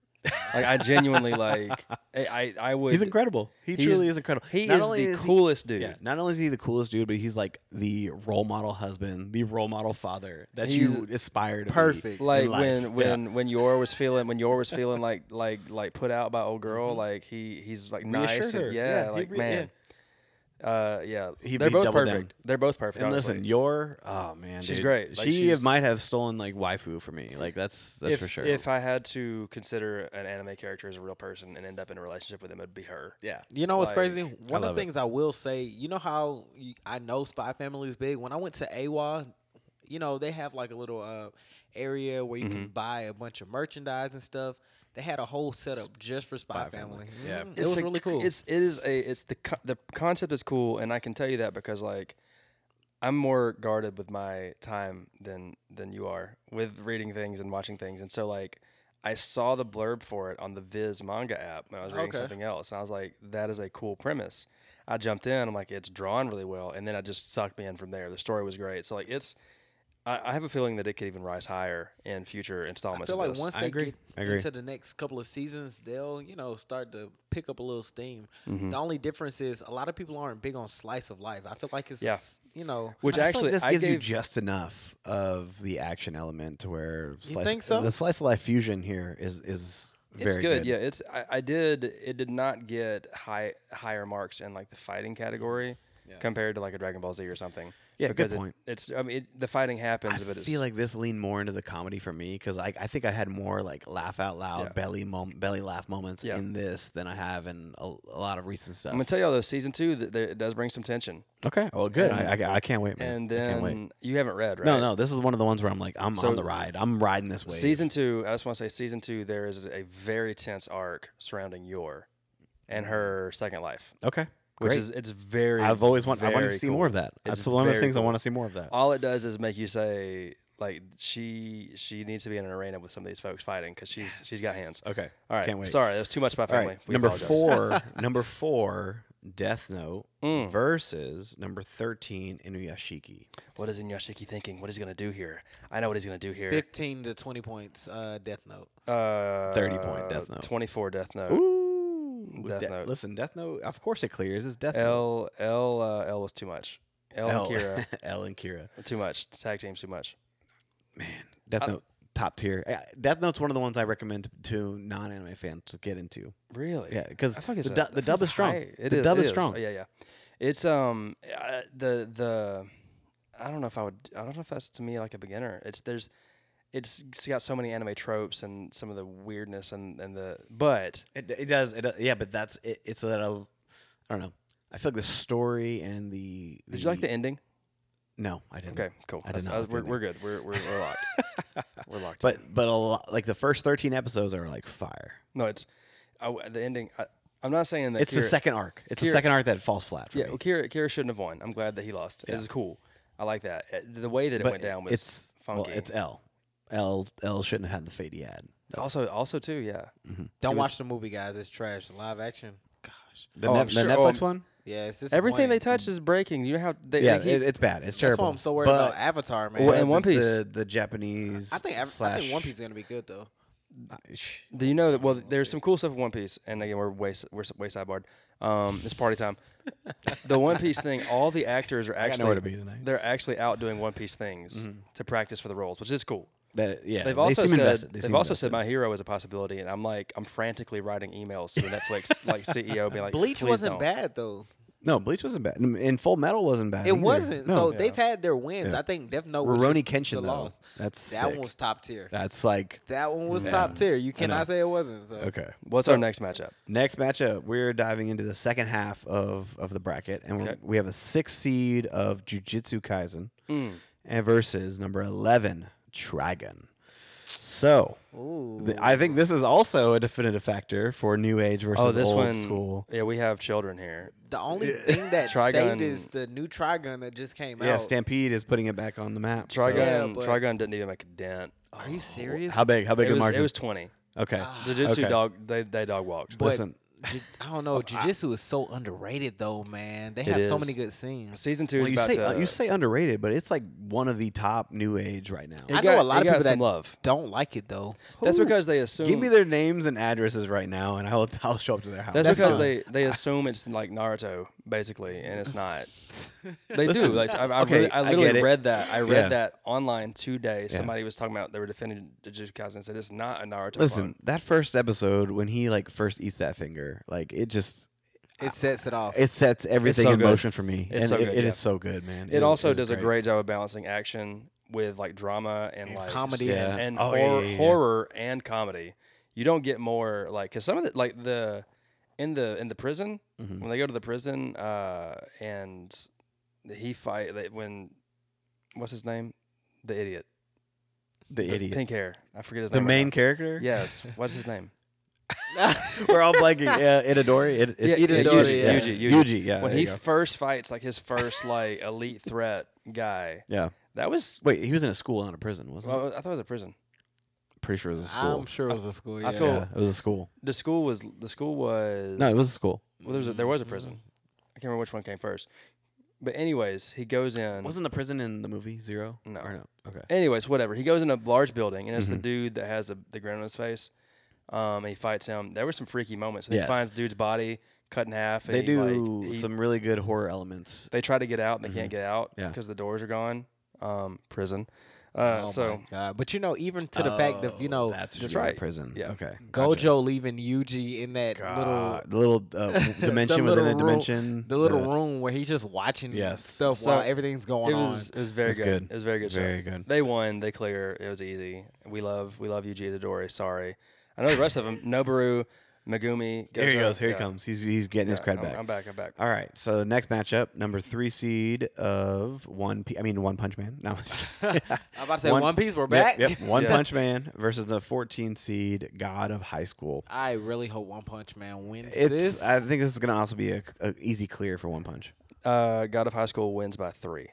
Speaker 3: like I genuinely like I I, I would.
Speaker 1: he's incredible. He
Speaker 3: he's-
Speaker 1: truly is incredible.
Speaker 3: He
Speaker 1: Not
Speaker 3: is
Speaker 1: only
Speaker 3: the
Speaker 1: is he-
Speaker 3: coolest dude.
Speaker 1: Yeah, not only is he the coolest dude, but he's like the role model husband, the role model father that you aspire to be.
Speaker 2: perfect.
Speaker 1: in
Speaker 3: Like
Speaker 1: life. Yeah.
Speaker 3: when when when Yor was feeling when Yor was feeling like like like put out by old girl like he he's like nice
Speaker 1: Reassured Mm-hmm. her.
Speaker 3: and, yeah,
Speaker 1: Yeah, he
Speaker 3: like
Speaker 1: re-
Speaker 3: man uh yeah
Speaker 1: He-
Speaker 3: they're
Speaker 1: he
Speaker 3: both
Speaker 1: doubled down.
Speaker 3: perfect they're both perfect
Speaker 1: and
Speaker 3: honestly.
Speaker 1: listen, your oh man,
Speaker 3: She's
Speaker 1: dude.
Speaker 3: great. Like,
Speaker 1: she
Speaker 3: she's-
Speaker 1: might have stolen like waifu for me. Like that's that's
Speaker 3: if,
Speaker 1: for sure.
Speaker 3: if I had to consider an anime character as a real person and end up in a relationship with him it'd be her
Speaker 1: yeah,
Speaker 2: You know what's
Speaker 3: Like,
Speaker 2: crazy?
Speaker 1: I
Speaker 2: One of
Speaker 1: love
Speaker 2: the
Speaker 1: it.
Speaker 2: things I will say, you know how you, I know Spy Family is big. When I went to AWA, you know they have like a little uh, area where you can
Speaker 1: Mm-hmm.
Speaker 2: buy a bunch of merchandise and stuff. They had a whole setup just for Spy,
Speaker 1: Spy Family.
Speaker 2: Family.
Speaker 1: Yeah.
Speaker 2: Mhm, it
Speaker 3: It's
Speaker 2: was
Speaker 3: a-
Speaker 2: really cool.
Speaker 3: It's it is a it's the co- the concept is cool, and I can tell you that because like I'm more guarded with my time than than you are with reading things and watching things, and so like I saw the blurb for it on the Viz manga app when I was reading
Speaker 2: Okay.
Speaker 3: something else, and I was like, that is a cool premise. I jumped in, I'm like, it's drawn really well, and then it just sucked me in from there. The story was great, so like it's. I I have a feeling that it could even rise higher in future
Speaker 2: I
Speaker 3: installments.
Speaker 2: feel
Speaker 3: of
Speaker 2: like
Speaker 3: this.
Speaker 2: once
Speaker 1: I
Speaker 2: they
Speaker 1: agree.
Speaker 2: get
Speaker 1: I agree.
Speaker 2: into the next couple of seasons, they'll you know start to pick up a little steam.
Speaker 3: Mm-hmm.
Speaker 1: Hmm.
Speaker 2: The only difference is a lot of people aren't big on slice of life. I feel like it's
Speaker 3: Yeah.
Speaker 2: s- you know
Speaker 3: which
Speaker 1: I feel
Speaker 3: actually
Speaker 1: like this
Speaker 3: I
Speaker 1: gives you
Speaker 3: gave
Speaker 1: just enough of the action element to where slice,
Speaker 2: think so?
Speaker 1: the slice of life fusion here is is very
Speaker 3: it's good. Yeah, it's I, I did it did not get high higher marks in like the fighting category compared to like a Dragon Ball Z or something.
Speaker 1: Yeah, good
Speaker 3: because it-
Speaker 1: point.
Speaker 3: it's I mean it, the fighting happens,
Speaker 1: I
Speaker 3: but it's
Speaker 1: feel like this leaned more into the comedy for me because I, I think I had more like laugh out loud
Speaker 3: Yeah.
Speaker 1: belly mom- belly laugh moments
Speaker 3: Yeah.
Speaker 1: in this than I have in a, a lot of recent stuff.
Speaker 3: I'm gonna tell y'all though, season two that there, it does bring some tension.
Speaker 1: okay, well, good. I, I, I can't wait, man.
Speaker 3: And
Speaker 1: I can't wait.
Speaker 3: then you haven't read right?
Speaker 1: No, no, this is one of the ones where I'm like, I'm
Speaker 3: So-
Speaker 1: on the ride. I'm riding this wave.
Speaker 3: Season two, I just want to say, season two, there is a very tense arc surrounding Yor and her second life,
Speaker 1: Okay,
Speaker 3: which
Speaker 1: Mm. great.
Speaker 3: is it's very.
Speaker 1: I've always wanted. I wanted
Speaker 3: very
Speaker 1: to see
Speaker 3: cool.
Speaker 1: more of that.
Speaker 3: It's
Speaker 1: That's one of the
Speaker 3: very
Speaker 1: things I
Speaker 3: cool.
Speaker 1: want to see more of that.
Speaker 3: all it does is make you say like she she needs to be in an arena with some of these folks fighting because she's she's got hands.
Speaker 1: Okay,
Speaker 3: All right.
Speaker 1: Can't wait.
Speaker 3: Sorry, that was too much about
Speaker 1: All
Speaker 3: family.
Speaker 1: right,
Speaker 3: We
Speaker 1: number
Speaker 3: apologize.
Speaker 1: four,
Speaker 3: <laughs>
Speaker 1: number four, Death Note
Speaker 3: Mm.
Speaker 1: versus number thirteen, Inuyashiki.
Speaker 3: What is Inyashiki thinking? What is he gonna do here? I know what he's gonna do here.
Speaker 2: fifteen to twenty points. Uh, Death Note.
Speaker 3: uh,
Speaker 1: 30 point Death Note.
Speaker 3: Twenty four Death Note.
Speaker 1: Ooh,
Speaker 3: Death
Speaker 1: De-
Speaker 3: Note.
Speaker 1: Listen, Death Note. Of course, it clears. It's Death Note.
Speaker 3: L L uh, L was too much. L, and Kira
Speaker 1: <laughs> L and Kira.
Speaker 3: too much. Tag team's too much.
Speaker 1: Man,
Speaker 3: Uh,
Speaker 1: Death Note top tier. Uh, Death Note's one of the ones I recommend to non anime fans to get into.
Speaker 3: Really?
Speaker 1: Yeah, because
Speaker 3: I feel like
Speaker 1: the,
Speaker 3: it's a-
Speaker 1: du- the
Speaker 3: I feel
Speaker 1: dub
Speaker 3: it's
Speaker 1: is strong.
Speaker 3: high. It
Speaker 1: the
Speaker 3: is,
Speaker 1: dub
Speaker 3: it
Speaker 1: is strong.
Speaker 3: Oh, yeah, yeah. It's um uh, the the I don't know if I would I don't know if that's to me like a beginner. It's there's it's it's got so many anime tropes and some of the weirdness and and the but
Speaker 1: It, it does. It does. Yeah, but that's it, it's a little. I don't know. I feel like the story and the.
Speaker 3: did you like the ending?
Speaker 1: No, I didn't.
Speaker 3: Okay, cool.
Speaker 1: I did
Speaker 3: That's-
Speaker 1: not
Speaker 3: uh,
Speaker 1: like the
Speaker 3: we're,
Speaker 1: ending.
Speaker 3: we're good. We're we're, we're locked.
Speaker 1: <laughs>
Speaker 3: we're locked.
Speaker 1: But but a lot, like the first thirteen episodes are like fire.
Speaker 3: no, it's I w the ending. I, I'm not saying that
Speaker 1: It's the
Speaker 3: Kira-
Speaker 1: second arc. It's the
Speaker 3: Kira-
Speaker 1: second arc that falls flat for
Speaker 3: Yeah,
Speaker 1: me.
Speaker 3: well, Kira, Kira shouldn't have won. I'm glad that he lost. It was cool. I like that. Uh, The way that it
Speaker 1: but
Speaker 3: went down was
Speaker 1: it's well,
Speaker 3: funky.
Speaker 1: it's L. L L shouldn't have had the fade he had.
Speaker 2: Oh,
Speaker 1: That's-
Speaker 3: also, also too, yeah.
Speaker 2: Don't watch the movie, guys. It's trash. The Live action. Gosh.
Speaker 1: the,
Speaker 3: Oh,
Speaker 1: Net-
Speaker 3: I'm
Speaker 1: the
Speaker 3: sure- oh,
Speaker 1: Netflix
Speaker 3: I'm-
Speaker 1: one.
Speaker 2: Yeah, it's this
Speaker 3: Everything
Speaker 2: one.
Speaker 3: they touch is breaking. You know how they,
Speaker 1: Yeah,
Speaker 3: they
Speaker 1: it,
Speaker 3: keep-
Speaker 1: it's bad. It's
Speaker 2: That's
Speaker 1: terrible.
Speaker 2: why I'm so worried
Speaker 1: But-
Speaker 2: about Avatar, man.
Speaker 3: Well,
Speaker 1: but
Speaker 3: and One
Speaker 1: the-
Speaker 3: Piece.
Speaker 1: the, the Japanese.
Speaker 2: I think Av- I
Speaker 1: slash,
Speaker 2: think One Piece is gonna be good though.
Speaker 1: Piece.
Speaker 3: do you know that?
Speaker 2: Oh,
Speaker 3: Well, there's some cool stuff in One Piece, and again, we're way s- we're s- way sidebarred. Um, it's party time. the One Piece thing. All the actors are
Speaker 1: got
Speaker 3: actually
Speaker 1: nowhere to be tonight.
Speaker 3: They're actually out doing One Piece things
Speaker 2: Mm-hmm.
Speaker 3: to practice for the roles, which is cool.
Speaker 1: That, yeah,
Speaker 3: They've
Speaker 1: they
Speaker 3: also
Speaker 1: seem
Speaker 3: said
Speaker 1: invested. They
Speaker 3: have
Speaker 1: seem
Speaker 3: also said
Speaker 1: invested.
Speaker 3: my hero is a possibility, and I'm like I'm frantically writing emails to the Netflix like CEO, being like,
Speaker 2: Bleach
Speaker 3: "Please
Speaker 2: wasn't
Speaker 3: don't."
Speaker 2: bad though.
Speaker 1: no, Bleach wasn't bad, and and Full Metal wasn't bad.
Speaker 2: It
Speaker 1: either.
Speaker 2: wasn't.
Speaker 1: No.
Speaker 2: So they've had their wins.
Speaker 1: Yeah.
Speaker 2: I think Death Note. was
Speaker 1: Rurouni
Speaker 2: just the
Speaker 1: Kenshin though.
Speaker 2: loss.
Speaker 1: That's
Speaker 2: That
Speaker 1: sick.
Speaker 2: one was top tier.
Speaker 1: That's like
Speaker 2: That one was top tier. You
Speaker 1: know.
Speaker 2: cannot say it wasn't. So.
Speaker 1: okay.
Speaker 3: What's our next matchup?
Speaker 1: Next matchup, we're diving into the second half of, of the bracket, and we're
Speaker 3: Okay.
Speaker 1: we have a six seed of Jujutsu Kaisen
Speaker 3: Hmm.
Speaker 1: and versus number eleven Trigun. So, th- I think this is also a definitive factor for New Age versus
Speaker 3: Oh, this
Speaker 1: old
Speaker 3: one.
Speaker 1: school.
Speaker 3: Yeah, we have children here.
Speaker 1: <laughs>
Speaker 2: The only thing that
Speaker 3: Trigun-
Speaker 2: saved is the new Trigun that just came
Speaker 1: Yeah,
Speaker 2: out.
Speaker 1: Stampede is putting it back on the map. so-
Speaker 3: Trigun,
Speaker 2: Yeah, but-
Speaker 3: Trigun didn't even make a dent.
Speaker 2: Are you serious?
Speaker 1: How big? How big
Speaker 3: It
Speaker 1: the
Speaker 3: was,
Speaker 1: margin?
Speaker 3: it was ah, twenty.
Speaker 1: okay.
Speaker 3: Jujutsu
Speaker 1: Okay.
Speaker 3: dog, they, they dog walked.
Speaker 2: but
Speaker 1: listen.
Speaker 2: ju- I don't
Speaker 1: Oh,
Speaker 2: know. Jujitsu is so underrated though, man. They
Speaker 3: It
Speaker 2: have so
Speaker 3: is.
Speaker 2: many good scenes.
Speaker 3: Season two
Speaker 1: Well,
Speaker 3: is
Speaker 1: you
Speaker 3: about
Speaker 1: say
Speaker 3: to.
Speaker 1: uh, you say underrated, but it's like one of the top New Age right now.
Speaker 3: it
Speaker 2: I know
Speaker 3: got-
Speaker 2: a lot
Speaker 3: it
Speaker 2: of
Speaker 3: got
Speaker 2: people
Speaker 3: some
Speaker 2: that-
Speaker 3: love.
Speaker 2: Don't like it though.
Speaker 3: That's because they assume.
Speaker 1: Give me their names and addresses right now, and I'll I'll show up to their house.
Speaker 3: that's,
Speaker 2: That's
Speaker 3: because
Speaker 2: fine.
Speaker 3: they, they assume it's like Naruto basically, and it's
Speaker 2: <laughs>
Speaker 3: not. They do. Like I, I,
Speaker 1: okay,
Speaker 3: really- I
Speaker 1: I
Speaker 3: literally
Speaker 1: get it.
Speaker 3: read that. I read
Speaker 1: Yeah.
Speaker 3: that online today. Somebody was talking about they were defending Jujutsu Kaisen and said it's not a Naruto.
Speaker 1: Listen,
Speaker 3: clone.
Speaker 1: that first episode when he like first eats that finger, like it just
Speaker 2: It sets it off.
Speaker 1: it
Speaker 2: <laughs>
Speaker 1: sets everything
Speaker 3: Oh, so
Speaker 1: in
Speaker 3: good.
Speaker 1: motion for me.
Speaker 3: It's
Speaker 1: and
Speaker 3: so
Speaker 1: it-
Speaker 3: good,
Speaker 1: it
Speaker 3: yeah.
Speaker 1: is so good, man.
Speaker 3: It
Speaker 1: is-
Speaker 3: also
Speaker 1: is
Speaker 3: does a great job of balancing action with like drama and, like
Speaker 2: comedy.
Speaker 1: Yeah.
Speaker 3: and
Speaker 1: Oh,
Speaker 3: hor-
Speaker 1: yeah, yeah, yeah.
Speaker 3: horror and comedy. You don't get more like because some of the like the in the in the prison
Speaker 1: Mm-hmm.
Speaker 3: when they go to the prison uh, and he fight they, when what's his name the idiot
Speaker 1: The
Speaker 3: The
Speaker 1: idiot,
Speaker 3: pink hair I forget his
Speaker 1: the
Speaker 3: name
Speaker 1: main
Speaker 3: right
Speaker 1: character.
Speaker 3: now. yes what's his name
Speaker 1: <laughs> we're all blanking.
Speaker 2: <laughs>
Speaker 1: Yeah, Itadori. It, it,
Speaker 3: yeah,
Speaker 1: it-
Speaker 2: Itadori,
Speaker 1: Yuji,
Speaker 2: yeah.
Speaker 3: Yuji,
Speaker 1: Yuji,
Speaker 3: Yuji.
Speaker 1: Yeah,
Speaker 3: when
Speaker 1: Uh, there
Speaker 3: he
Speaker 1: you go.
Speaker 3: first fights like his first like elite threat guy
Speaker 1: yeah.
Speaker 3: that was
Speaker 1: Wait, he was in a school, not a prison, wasn't
Speaker 3: well, I thought it was a prison
Speaker 1: it? Pretty sure it was a school.
Speaker 2: I'm sure it was a school. Yeah.
Speaker 3: I feel
Speaker 1: yeah, it was a school.
Speaker 3: the school was the school was
Speaker 1: No, it was a school.
Speaker 3: well, there was a, there was a
Speaker 2: Mm-hmm.
Speaker 3: prison. I can't remember which one came first. But anyways, he goes in.
Speaker 1: Wasn't the prison in the movie Zero?
Speaker 3: No.
Speaker 1: Or no? Okay.
Speaker 3: anyways, whatever. He goes in a large building, and it's
Speaker 1: Mm-hmm.
Speaker 3: the dude that has the, the grin on his face. Um, and he fights him. There were some freaky moments. And
Speaker 1: Yes.
Speaker 3: He finds dude's body cut in half. And
Speaker 1: They
Speaker 3: he,
Speaker 1: do
Speaker 3: like, he-
Speaker 1: some really good horror elements.
Speaker 3: They try to get out, and they can't get out
Speaker 1: Yeah.
Speaker 3: because the doors are gone. Um, prison. Uh,
Speaker 2: Oh
Speaker 3: so
Speaker 2: my god! But you know, even to the fact that you know
Speaker 1: Oh, that's,
Speaker 3: That's
Speaker 1: right.
Speaker 3: right.
Speaker 1: Prison.
Speaker 3: Yeah.
Speaker 1: Okay.
Speaker 2: Gojo leaving Yuji in that
Speaker 1: Uh,
Speaker 2: little
Speaker 1: the little uh, w-
Speaker 2: <laughs> the
Speaker 1: dimension within a
Speaker 2: little room-
Speaker 1: dimension.
Speaker 2: the little room where he's just watching
Speaker 1: Yes.
Speaker 2: stuff
Speaker 3: So,
Speaker 2: while everything's going
Speaker 3: it was it was very
Speaker 1: That's
Speaker 3: good.
Speaker 1: good.
Speaker 3: It was very good. show.
Speaker 1: Very good.
Speaker 3: They won. They clear. It was easy. We love we love Yuji Itadori. Sorry, I know the rest of
Speaker 1: <laughs>
Speaker 3: them. Noboru, Megumi.
Speaker 1: Here he
Speaker 3: Gojo.
Speaker 1: goes. Here
Speaker 3: Yeah.
Speaker 1: he comes. He's he's getting his
Speaker 3: Yeah,
Speaker 1: cred
Speaker 3: I'm-
Speaker 1: back.
Speaker 3: I'm back. I'm back.
Speaker 1: All right. So the next matchup, number three seed of one. P- I mean, One Punch Man. No, I'm
Speaker 2: <laughs>
Speaker 1: just kidding.
Speaker 2: I'm about to say One, Piece. We're
Speaker 1: Yep,
Speaker 2: back.
Speaker 1: Yep.
Speaker 2: <laughs>
Speaker 1: One
Speaker 3: Yeah.
Speaker 1: Punch Man versus the 14 seed God of High School.
Speaker 2: I really hope One Punch Man wins
Speaker 1: It's.
Speaker 2: this.
Speaker 1: I
Speaker 2: <laughs>
Speaker 1: think this is gonna also be a, a easy clear for One Punch.
Speaker 3: Uh, God of High School wins by three.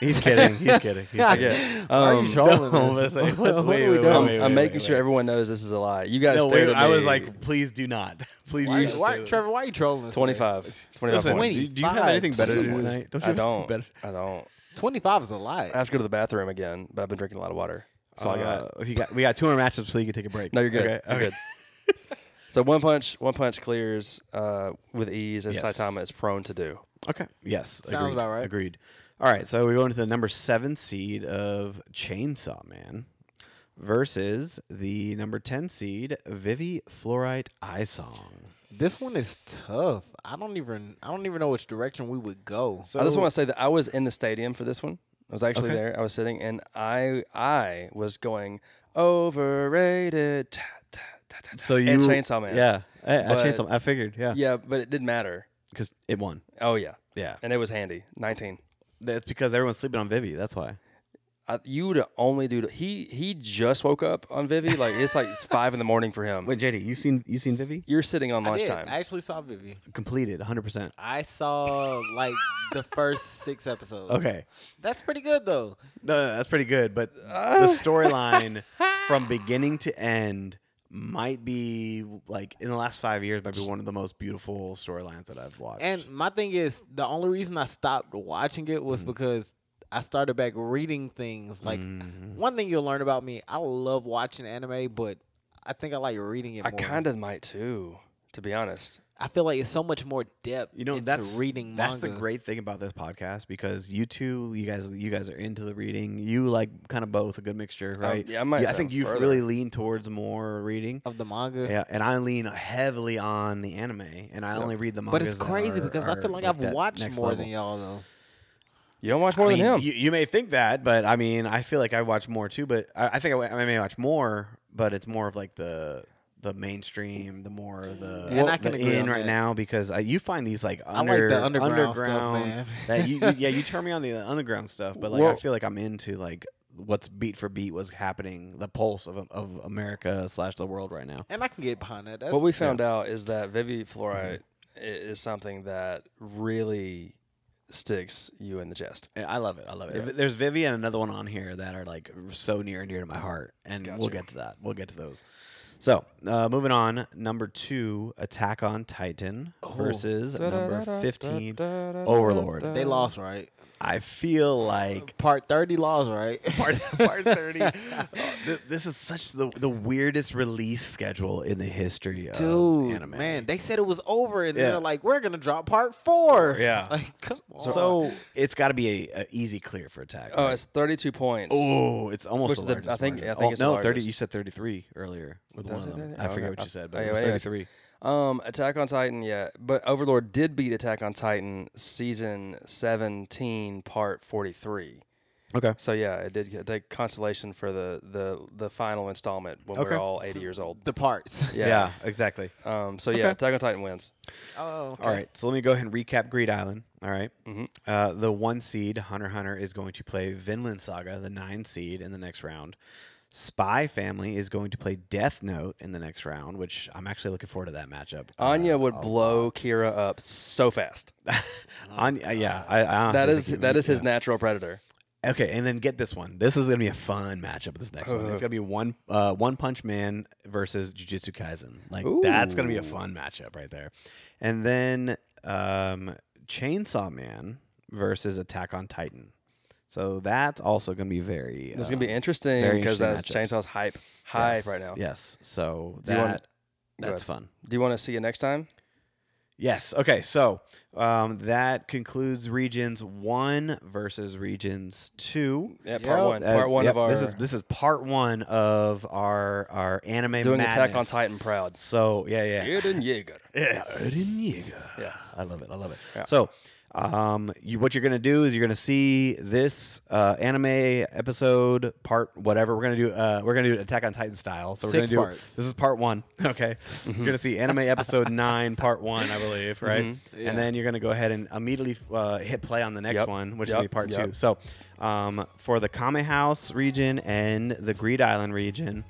Speaker 1: He's kidding. He's kidding.
Speaker 2: <laughs>
Speaker 1: He's kidding.
Speaker 3: Yeah.
Speaker 2: Why are
Speaker 3: Um,
Speaker 2: you
Speaker 1: <laughs>
Speaker 2: trolling
Speaker 1: no,
Speaker 2: us? <laughs>
Speaker 1: that's like-
Speaker 2: What- what
Speaker 1: wait,
Speaker 2: are we
Speaker 1: wait,
Speaker 2: doing?
Speaker 3: I'm,
Speaker 1: wait,
Speaker 3: I'm making
Speaker 1: wait,
Speaker 3: sure
Speaker 1: wait.
Speaker 3: everyone knows this is a lie. You guys
Speaker 1: No,
Speaker 3: stared
Speaker 1: wait.
Speaker 3: at
Speaker 1: I was
Speaker 3: me.
Speaker 1: like, please do not. <laughs> Please
Speaker 2: Why,
Speaker 1: do
Speaker 2: are
Speaker 1: not.
Speaker 2: you- why,
Speaker 1: do this.
Speaker 2: Trevor, why are you trolling us?
Speaker 3: 25. 25
Speaker 1: Listen,
Speaker 3: points.
Speaker 1: do, do you have anything better to do
Speaker 2: 25.
Speaker 1: tonight? Don't you
Speaker 3: I
Speaker 1: have
Speaker 3: don't.
Speaker 1: better?
Speaker 3: I don't.
Speaker 2: Twenty five is a
Speaker 3: I
Speaker 2: lot.
Speaker 3: have to go to the bathroom again, but I've been drinking a lot of water. That's all I got.
Speaker 1: Uh, if you got, we got two more matchups, so you can take a break.
Speaker 3: No, you're good.
Speaker 1: Okay,
Speaker 3: You're
Speaker 1: okay.
Speaker 3: good. <laughs> so one punch, one punch clears uh, with ease, as
Speaker 1: Yes.
Speaker 3: Saitama is prone to do.
Speaker 1: Okay. Yes.
Speaker 2: Sounds
Speaker 1: agreed,
Speaker 2: about right.
Speaker 1: Agreed. All right. So we go into the number seven seed of Chainsaw Man versus the number ten seed Vivi Fluorite Eye Song.
Speaker 2: This one is tough. I don't even. I don't even know which direction we would go.
Speaker 1: So
Speaker 3: I just want to say that I was in the stadium for this one. I was actually
Speaker 1: Okay.
Speaker 3: there. I was sitting, and I I was going overrated. ta, ta, ta, ta, ta,"
Speaker 1: So
Speaker 3: at
Speaker 1: you
Speaker 3: Chainsaw Man.
Speaker 1: Yeah. I, I
Speaker 3: But-
Speaker 1: Chainsaw. I figured. Yeah.
Speaker 3: yeah, but it didn't matter.
Speaker 1: Because it won.
Speaker 3: Oh yeah,
Speaker 1: Yeah.
Speaker 3: and it was handy. Nineteen.
Speaker 1: That's because everyone's sleeping on Vivi. That's why.
Speaker 3: I, you would only do. He he just woke up on Vivi. Like it's
Speaker 2: <laughs>
Speaker 3: like it's five in the morning for him.
Speaker 1: Wait, JD, you seen you seen Vivi
Speaker 3: You're sitting on
Speaker 2: I did.
Speaker 3: lunchtime.
Speaker 2: I actually saw Vivi.
Speaker 1: completed 100. percent
Speaker 2: I saw like the
Speaker 1: <laughs>
Speaker 2: first six episodes.
Speaker 1: Okay,
Speaker 2: That's pretty good though.
Speaker 1: no, no, that's pretty good. But
Speaker 3: Ah,
Speaker 2: <laughs>
Speaker 1: the storyline from beginning to end might be like in the last five years might be one of the most beautiful storylines that I've watched.
Speaker 2: And my thing is, the only reason I stopped watching it
Speaker 1: Mm.
Speaker 2: was because I started back reading things. Like
Speaker 1: Mm-hmm.
Speaker 2: one thing you'll learn about me, I love watching anime, but I think I like reading it.
Speaker 3: I
Speaker 2: more.
Speaker 3: kind of might too, to be honest.
Speaker 2: I feel like it's so much more depth.
Speaker 1: you know
Speaker 2: into
Speaker 1: that's
Speaker 2: reading.
Speaker 1: That's the
Speaker 2: manga.
Speaker 1: great thing about this podcast because you two, you guys, you guys are into the reading. You like kind of both, a good
Speaker 2: Um,
Speaker 1: mixture, right?
Speaker 3: yeah, I might
Speaker 1: I
Speaker 3: say
Speaker 1: think
Speaker 3: I'm
Speaker 1: you
Speaker 3: further.
Speaker 1: really lean towards more reading.
Speaker 2: of the manga.
Speaker 1: Yeah, and I lean heavily on the anime, and I only read the mangas.
Speaker 2: But it's
Speaker 1: that
Speaker 2: crazy
Speaker 1: are-
Speaker 2: because I
Speaker 1: are
Speaker 2: feel like
Speaker 1: at
Speaker 2: I've
Speaker 1: that
Speaker 2: watched
Speaker 1: next
Speaker 2: more
Speaker 1: level.
Speaker 2: than y'all though.
Speaker 3: You don't watch
Speaker 1: I
Speaker 3: more
Speaker 1: mean,
Speaker 3: than him.
Speaker 1: You, you may think that, but I mean, I feel like I watch more too. But I, I think I, wa- I may watch more, but it's more of like the the mainstream, the more the
Speaker 2: And I can
Speaker 1: the
Speaker 2: agree
Speaker 1: in
Speaker 2: on
Speaker 1: right
Speaker 2: that.
Speaker 1: now because I, you find these like
Speaker 2: like
Speaker 1: under
Speaker 2: the underground stuff,
Speaker 1: underground
Speaker 2: man.
Speaker 1: <laughs> that you, you- yeah you turn me on to the underground stuff, but like I
Speaker 3: Well-
Speaker 1: feel like I'm into like what's beat for beat what's happening, the pulse of of America slash the world right now.
Speaker 2: And I can get behind that. That's, Mm-hmm.
Speaker 3: What we found out is that Vivi fluoride i is something that really sticks you in the chest.
Speaker 1: Yeah, I love it. I love it. If There's Vivi and another one on here that are like so near and dear to my heart, and we'll get to that. We'll get to those. So, uh, moving on, number two, Attack on Titan versus number fifteen, Overlord.
Speaker 2: they lost, right?
Speaker 1: I feel like
Speaker 2: <laughs> Part thirty laws, right? <laughs>
Speaker 1: part, part <laughs> 30. oh, thi- this is such the, the weirdest release schedule in the history of
Speaker 2: Dude,
Speaker 1: anime.
Speaker 2: man, they said it was over, and
Speaker 1: Yeah.
Speaker 2: then they're like, "We're gonna drop part four.
Speaker 1: Yeah.
Speaker 2: <laughs> like come on.
Speaker 1: So, it's got to be a, a easy clear for Attack.
Speaker 3: Oh,
Speaker 1: right?
Speaker 3: it's 32 points.
Speaker 1: Oh, it's almost
Speaker 3: Which
Speaker 1: the
Speaker 3: the- I
Speaker 1: largest.
Speaker 3: think-
Speaker 1: margin.
Speaker 3: I think
Speaker 1: oh,
Speaker 3: it's the
Speaker 1: no, thirty.
Speaker 3: largest.
Speaker 1: You said thirty-three earlier with
Speaker 3: Did I
Speaker 1: one
Speaker 3: say
Speaker 1: of them.
Speaker 3: 33?
Speaker 1: I
Speaker 3: Okay,
Speaker 1: forget what
Speaker 3: I- Oh,
Speaker 1: you said, but
Speaker 3: okay,
Speaker 1: it was
Speaker 3: wait, anyways.
Speaker 1: thirty-three.
Speaker 3: Um, Attack on Titan, yeah, but Overlord did beat Attack on Titan season 17, part 43.
Speaker 1: Okay.
Speaker 3: So yeah, it did get- take consolation for the the the final installment when
Speaker 1: Okay.
Speaker 3: we're all 80 years old.
Speaker 2: the parts. <laughs>
Speaker 1: Yeah,
Speaker 3: Yeah.
Speaker 1: exactly.
Speaker 3: Um. So yeah, Attack on Titan wins.
Speaker 2: oh, okay.
Speaker 1: All right, so let me go ahead and recap Greed Island. All right.
Speaker 3: Mhm.
Speaker 1: Uh, the one seed Hunter x Hunter is going to play Vinland Saga, the nine seed, in the next round. Spy Family is going to play Death Note in the next round, which I'm actually looking forward to that matchup.
Speaker 3: Anya
Speaker 1: Uh,
Speaker 3: would
Speaker 1: I'll-
Speaker 3: blow Kira up so fast.
Speaker 1: Anya, yeah, I, I
Speaker 3: That
Speaker 1: honestly
Speaker 3: is
Speaker 1: think he
Speaker 3: that
Speaker 1: would,
Speaker 3: is his
Speaker 1: yeah.
Speaker 3: natural predator.
Speaker 1: Okay, and then get this one. This is gonna be a fun matchup. This next
Speaker 3: Uh-huh.
Speaker 1: one, it's gonna be one uh, One Punch Man versus Jujutsu Kaisen. Like that's gonna be a fun matchup right there. And then um, Chainsaw Man versus Attack on Titan. So that's also gonna be very.
Speaker 3: It's gonna be
Speaker 1: um,
Speaker 3: interesting
Speaker 1: very
Speaker 3: because that's
Speaker 1: interesting matchups.
Speaker 3: Chainsaw's hype hype
Speaker 1: yes,
Speaker 3: right now.
Speaker 1: Yes. So
Speaker 3: Do you wanna-
Speaker 1: that
Speaker 3: Go
Speaker 1: that's
Speaker 3: ahead.
Speaker 1: fun.
Speaker 3: Do you want to see it next time?
Speaker 1: Yes. Okay. So um, that concludes Regions One versus Regions Two.
Speaker 3: Yeah, part
Speaker 2: Yep.
Speaker 3: one.
Speaker 1: Uh,
Speaker 3: Part one
Speaker 1: yep,
Speaker 3: of our
Speaker 1: this is this is part one of our our anime
Speaker 3: doing Attack on
Speaker 1: madness.
Speaker 3: Titan proud.
Speaker 1: So yeah, yeah,
Speaker 3: Eren Yeager.
Speaker 1: yeah. Eren Yeager.
Speaker 3: Yeah.
Speaker 1: I love it. I love it.
Speaker 3: Yeah.
Speaker 1: So, um, you, what you're gonna do is you're gonna see this uh, anime episode part whatever. We're gonna do uh, we're gonna do Attack on Titan style. So we're
Speaker 2: Six
Speaker 1: gonna do
Speaker 2: parts.
Speaker 1: this is part one. <laughs> Okay,
Speaker 3: Mm-hmm.
Speaker 1: you're gonna see anime
Speaker 3: <laughs>
Speaker 1: episode nine, part one, I believe, right?
Speaker 2: Yeah.
Speaker 1: And then you're gonna go ahead and immediately uh, hit play on the next
Speaker 3: Mm-hmm. Yep.
Speaker 1: one, which
Speaker 3: Yep.
Speaker 1: will be part two.
Speaker 3: Yep.
Speaker 1: So, um, for the Kame House region and the Greed Island region,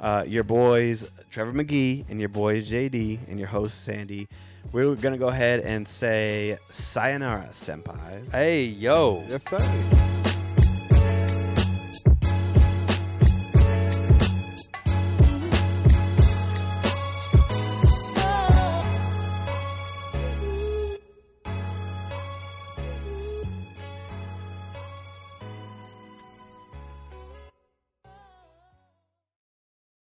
Speaker 1: uh, your boys Trevor McGee and your boys JD and your host Sandy, we're gonna go ahead and say sayonara, senpais.
Speaker 3: Hey yo.
Speaker 2: Yes, sir.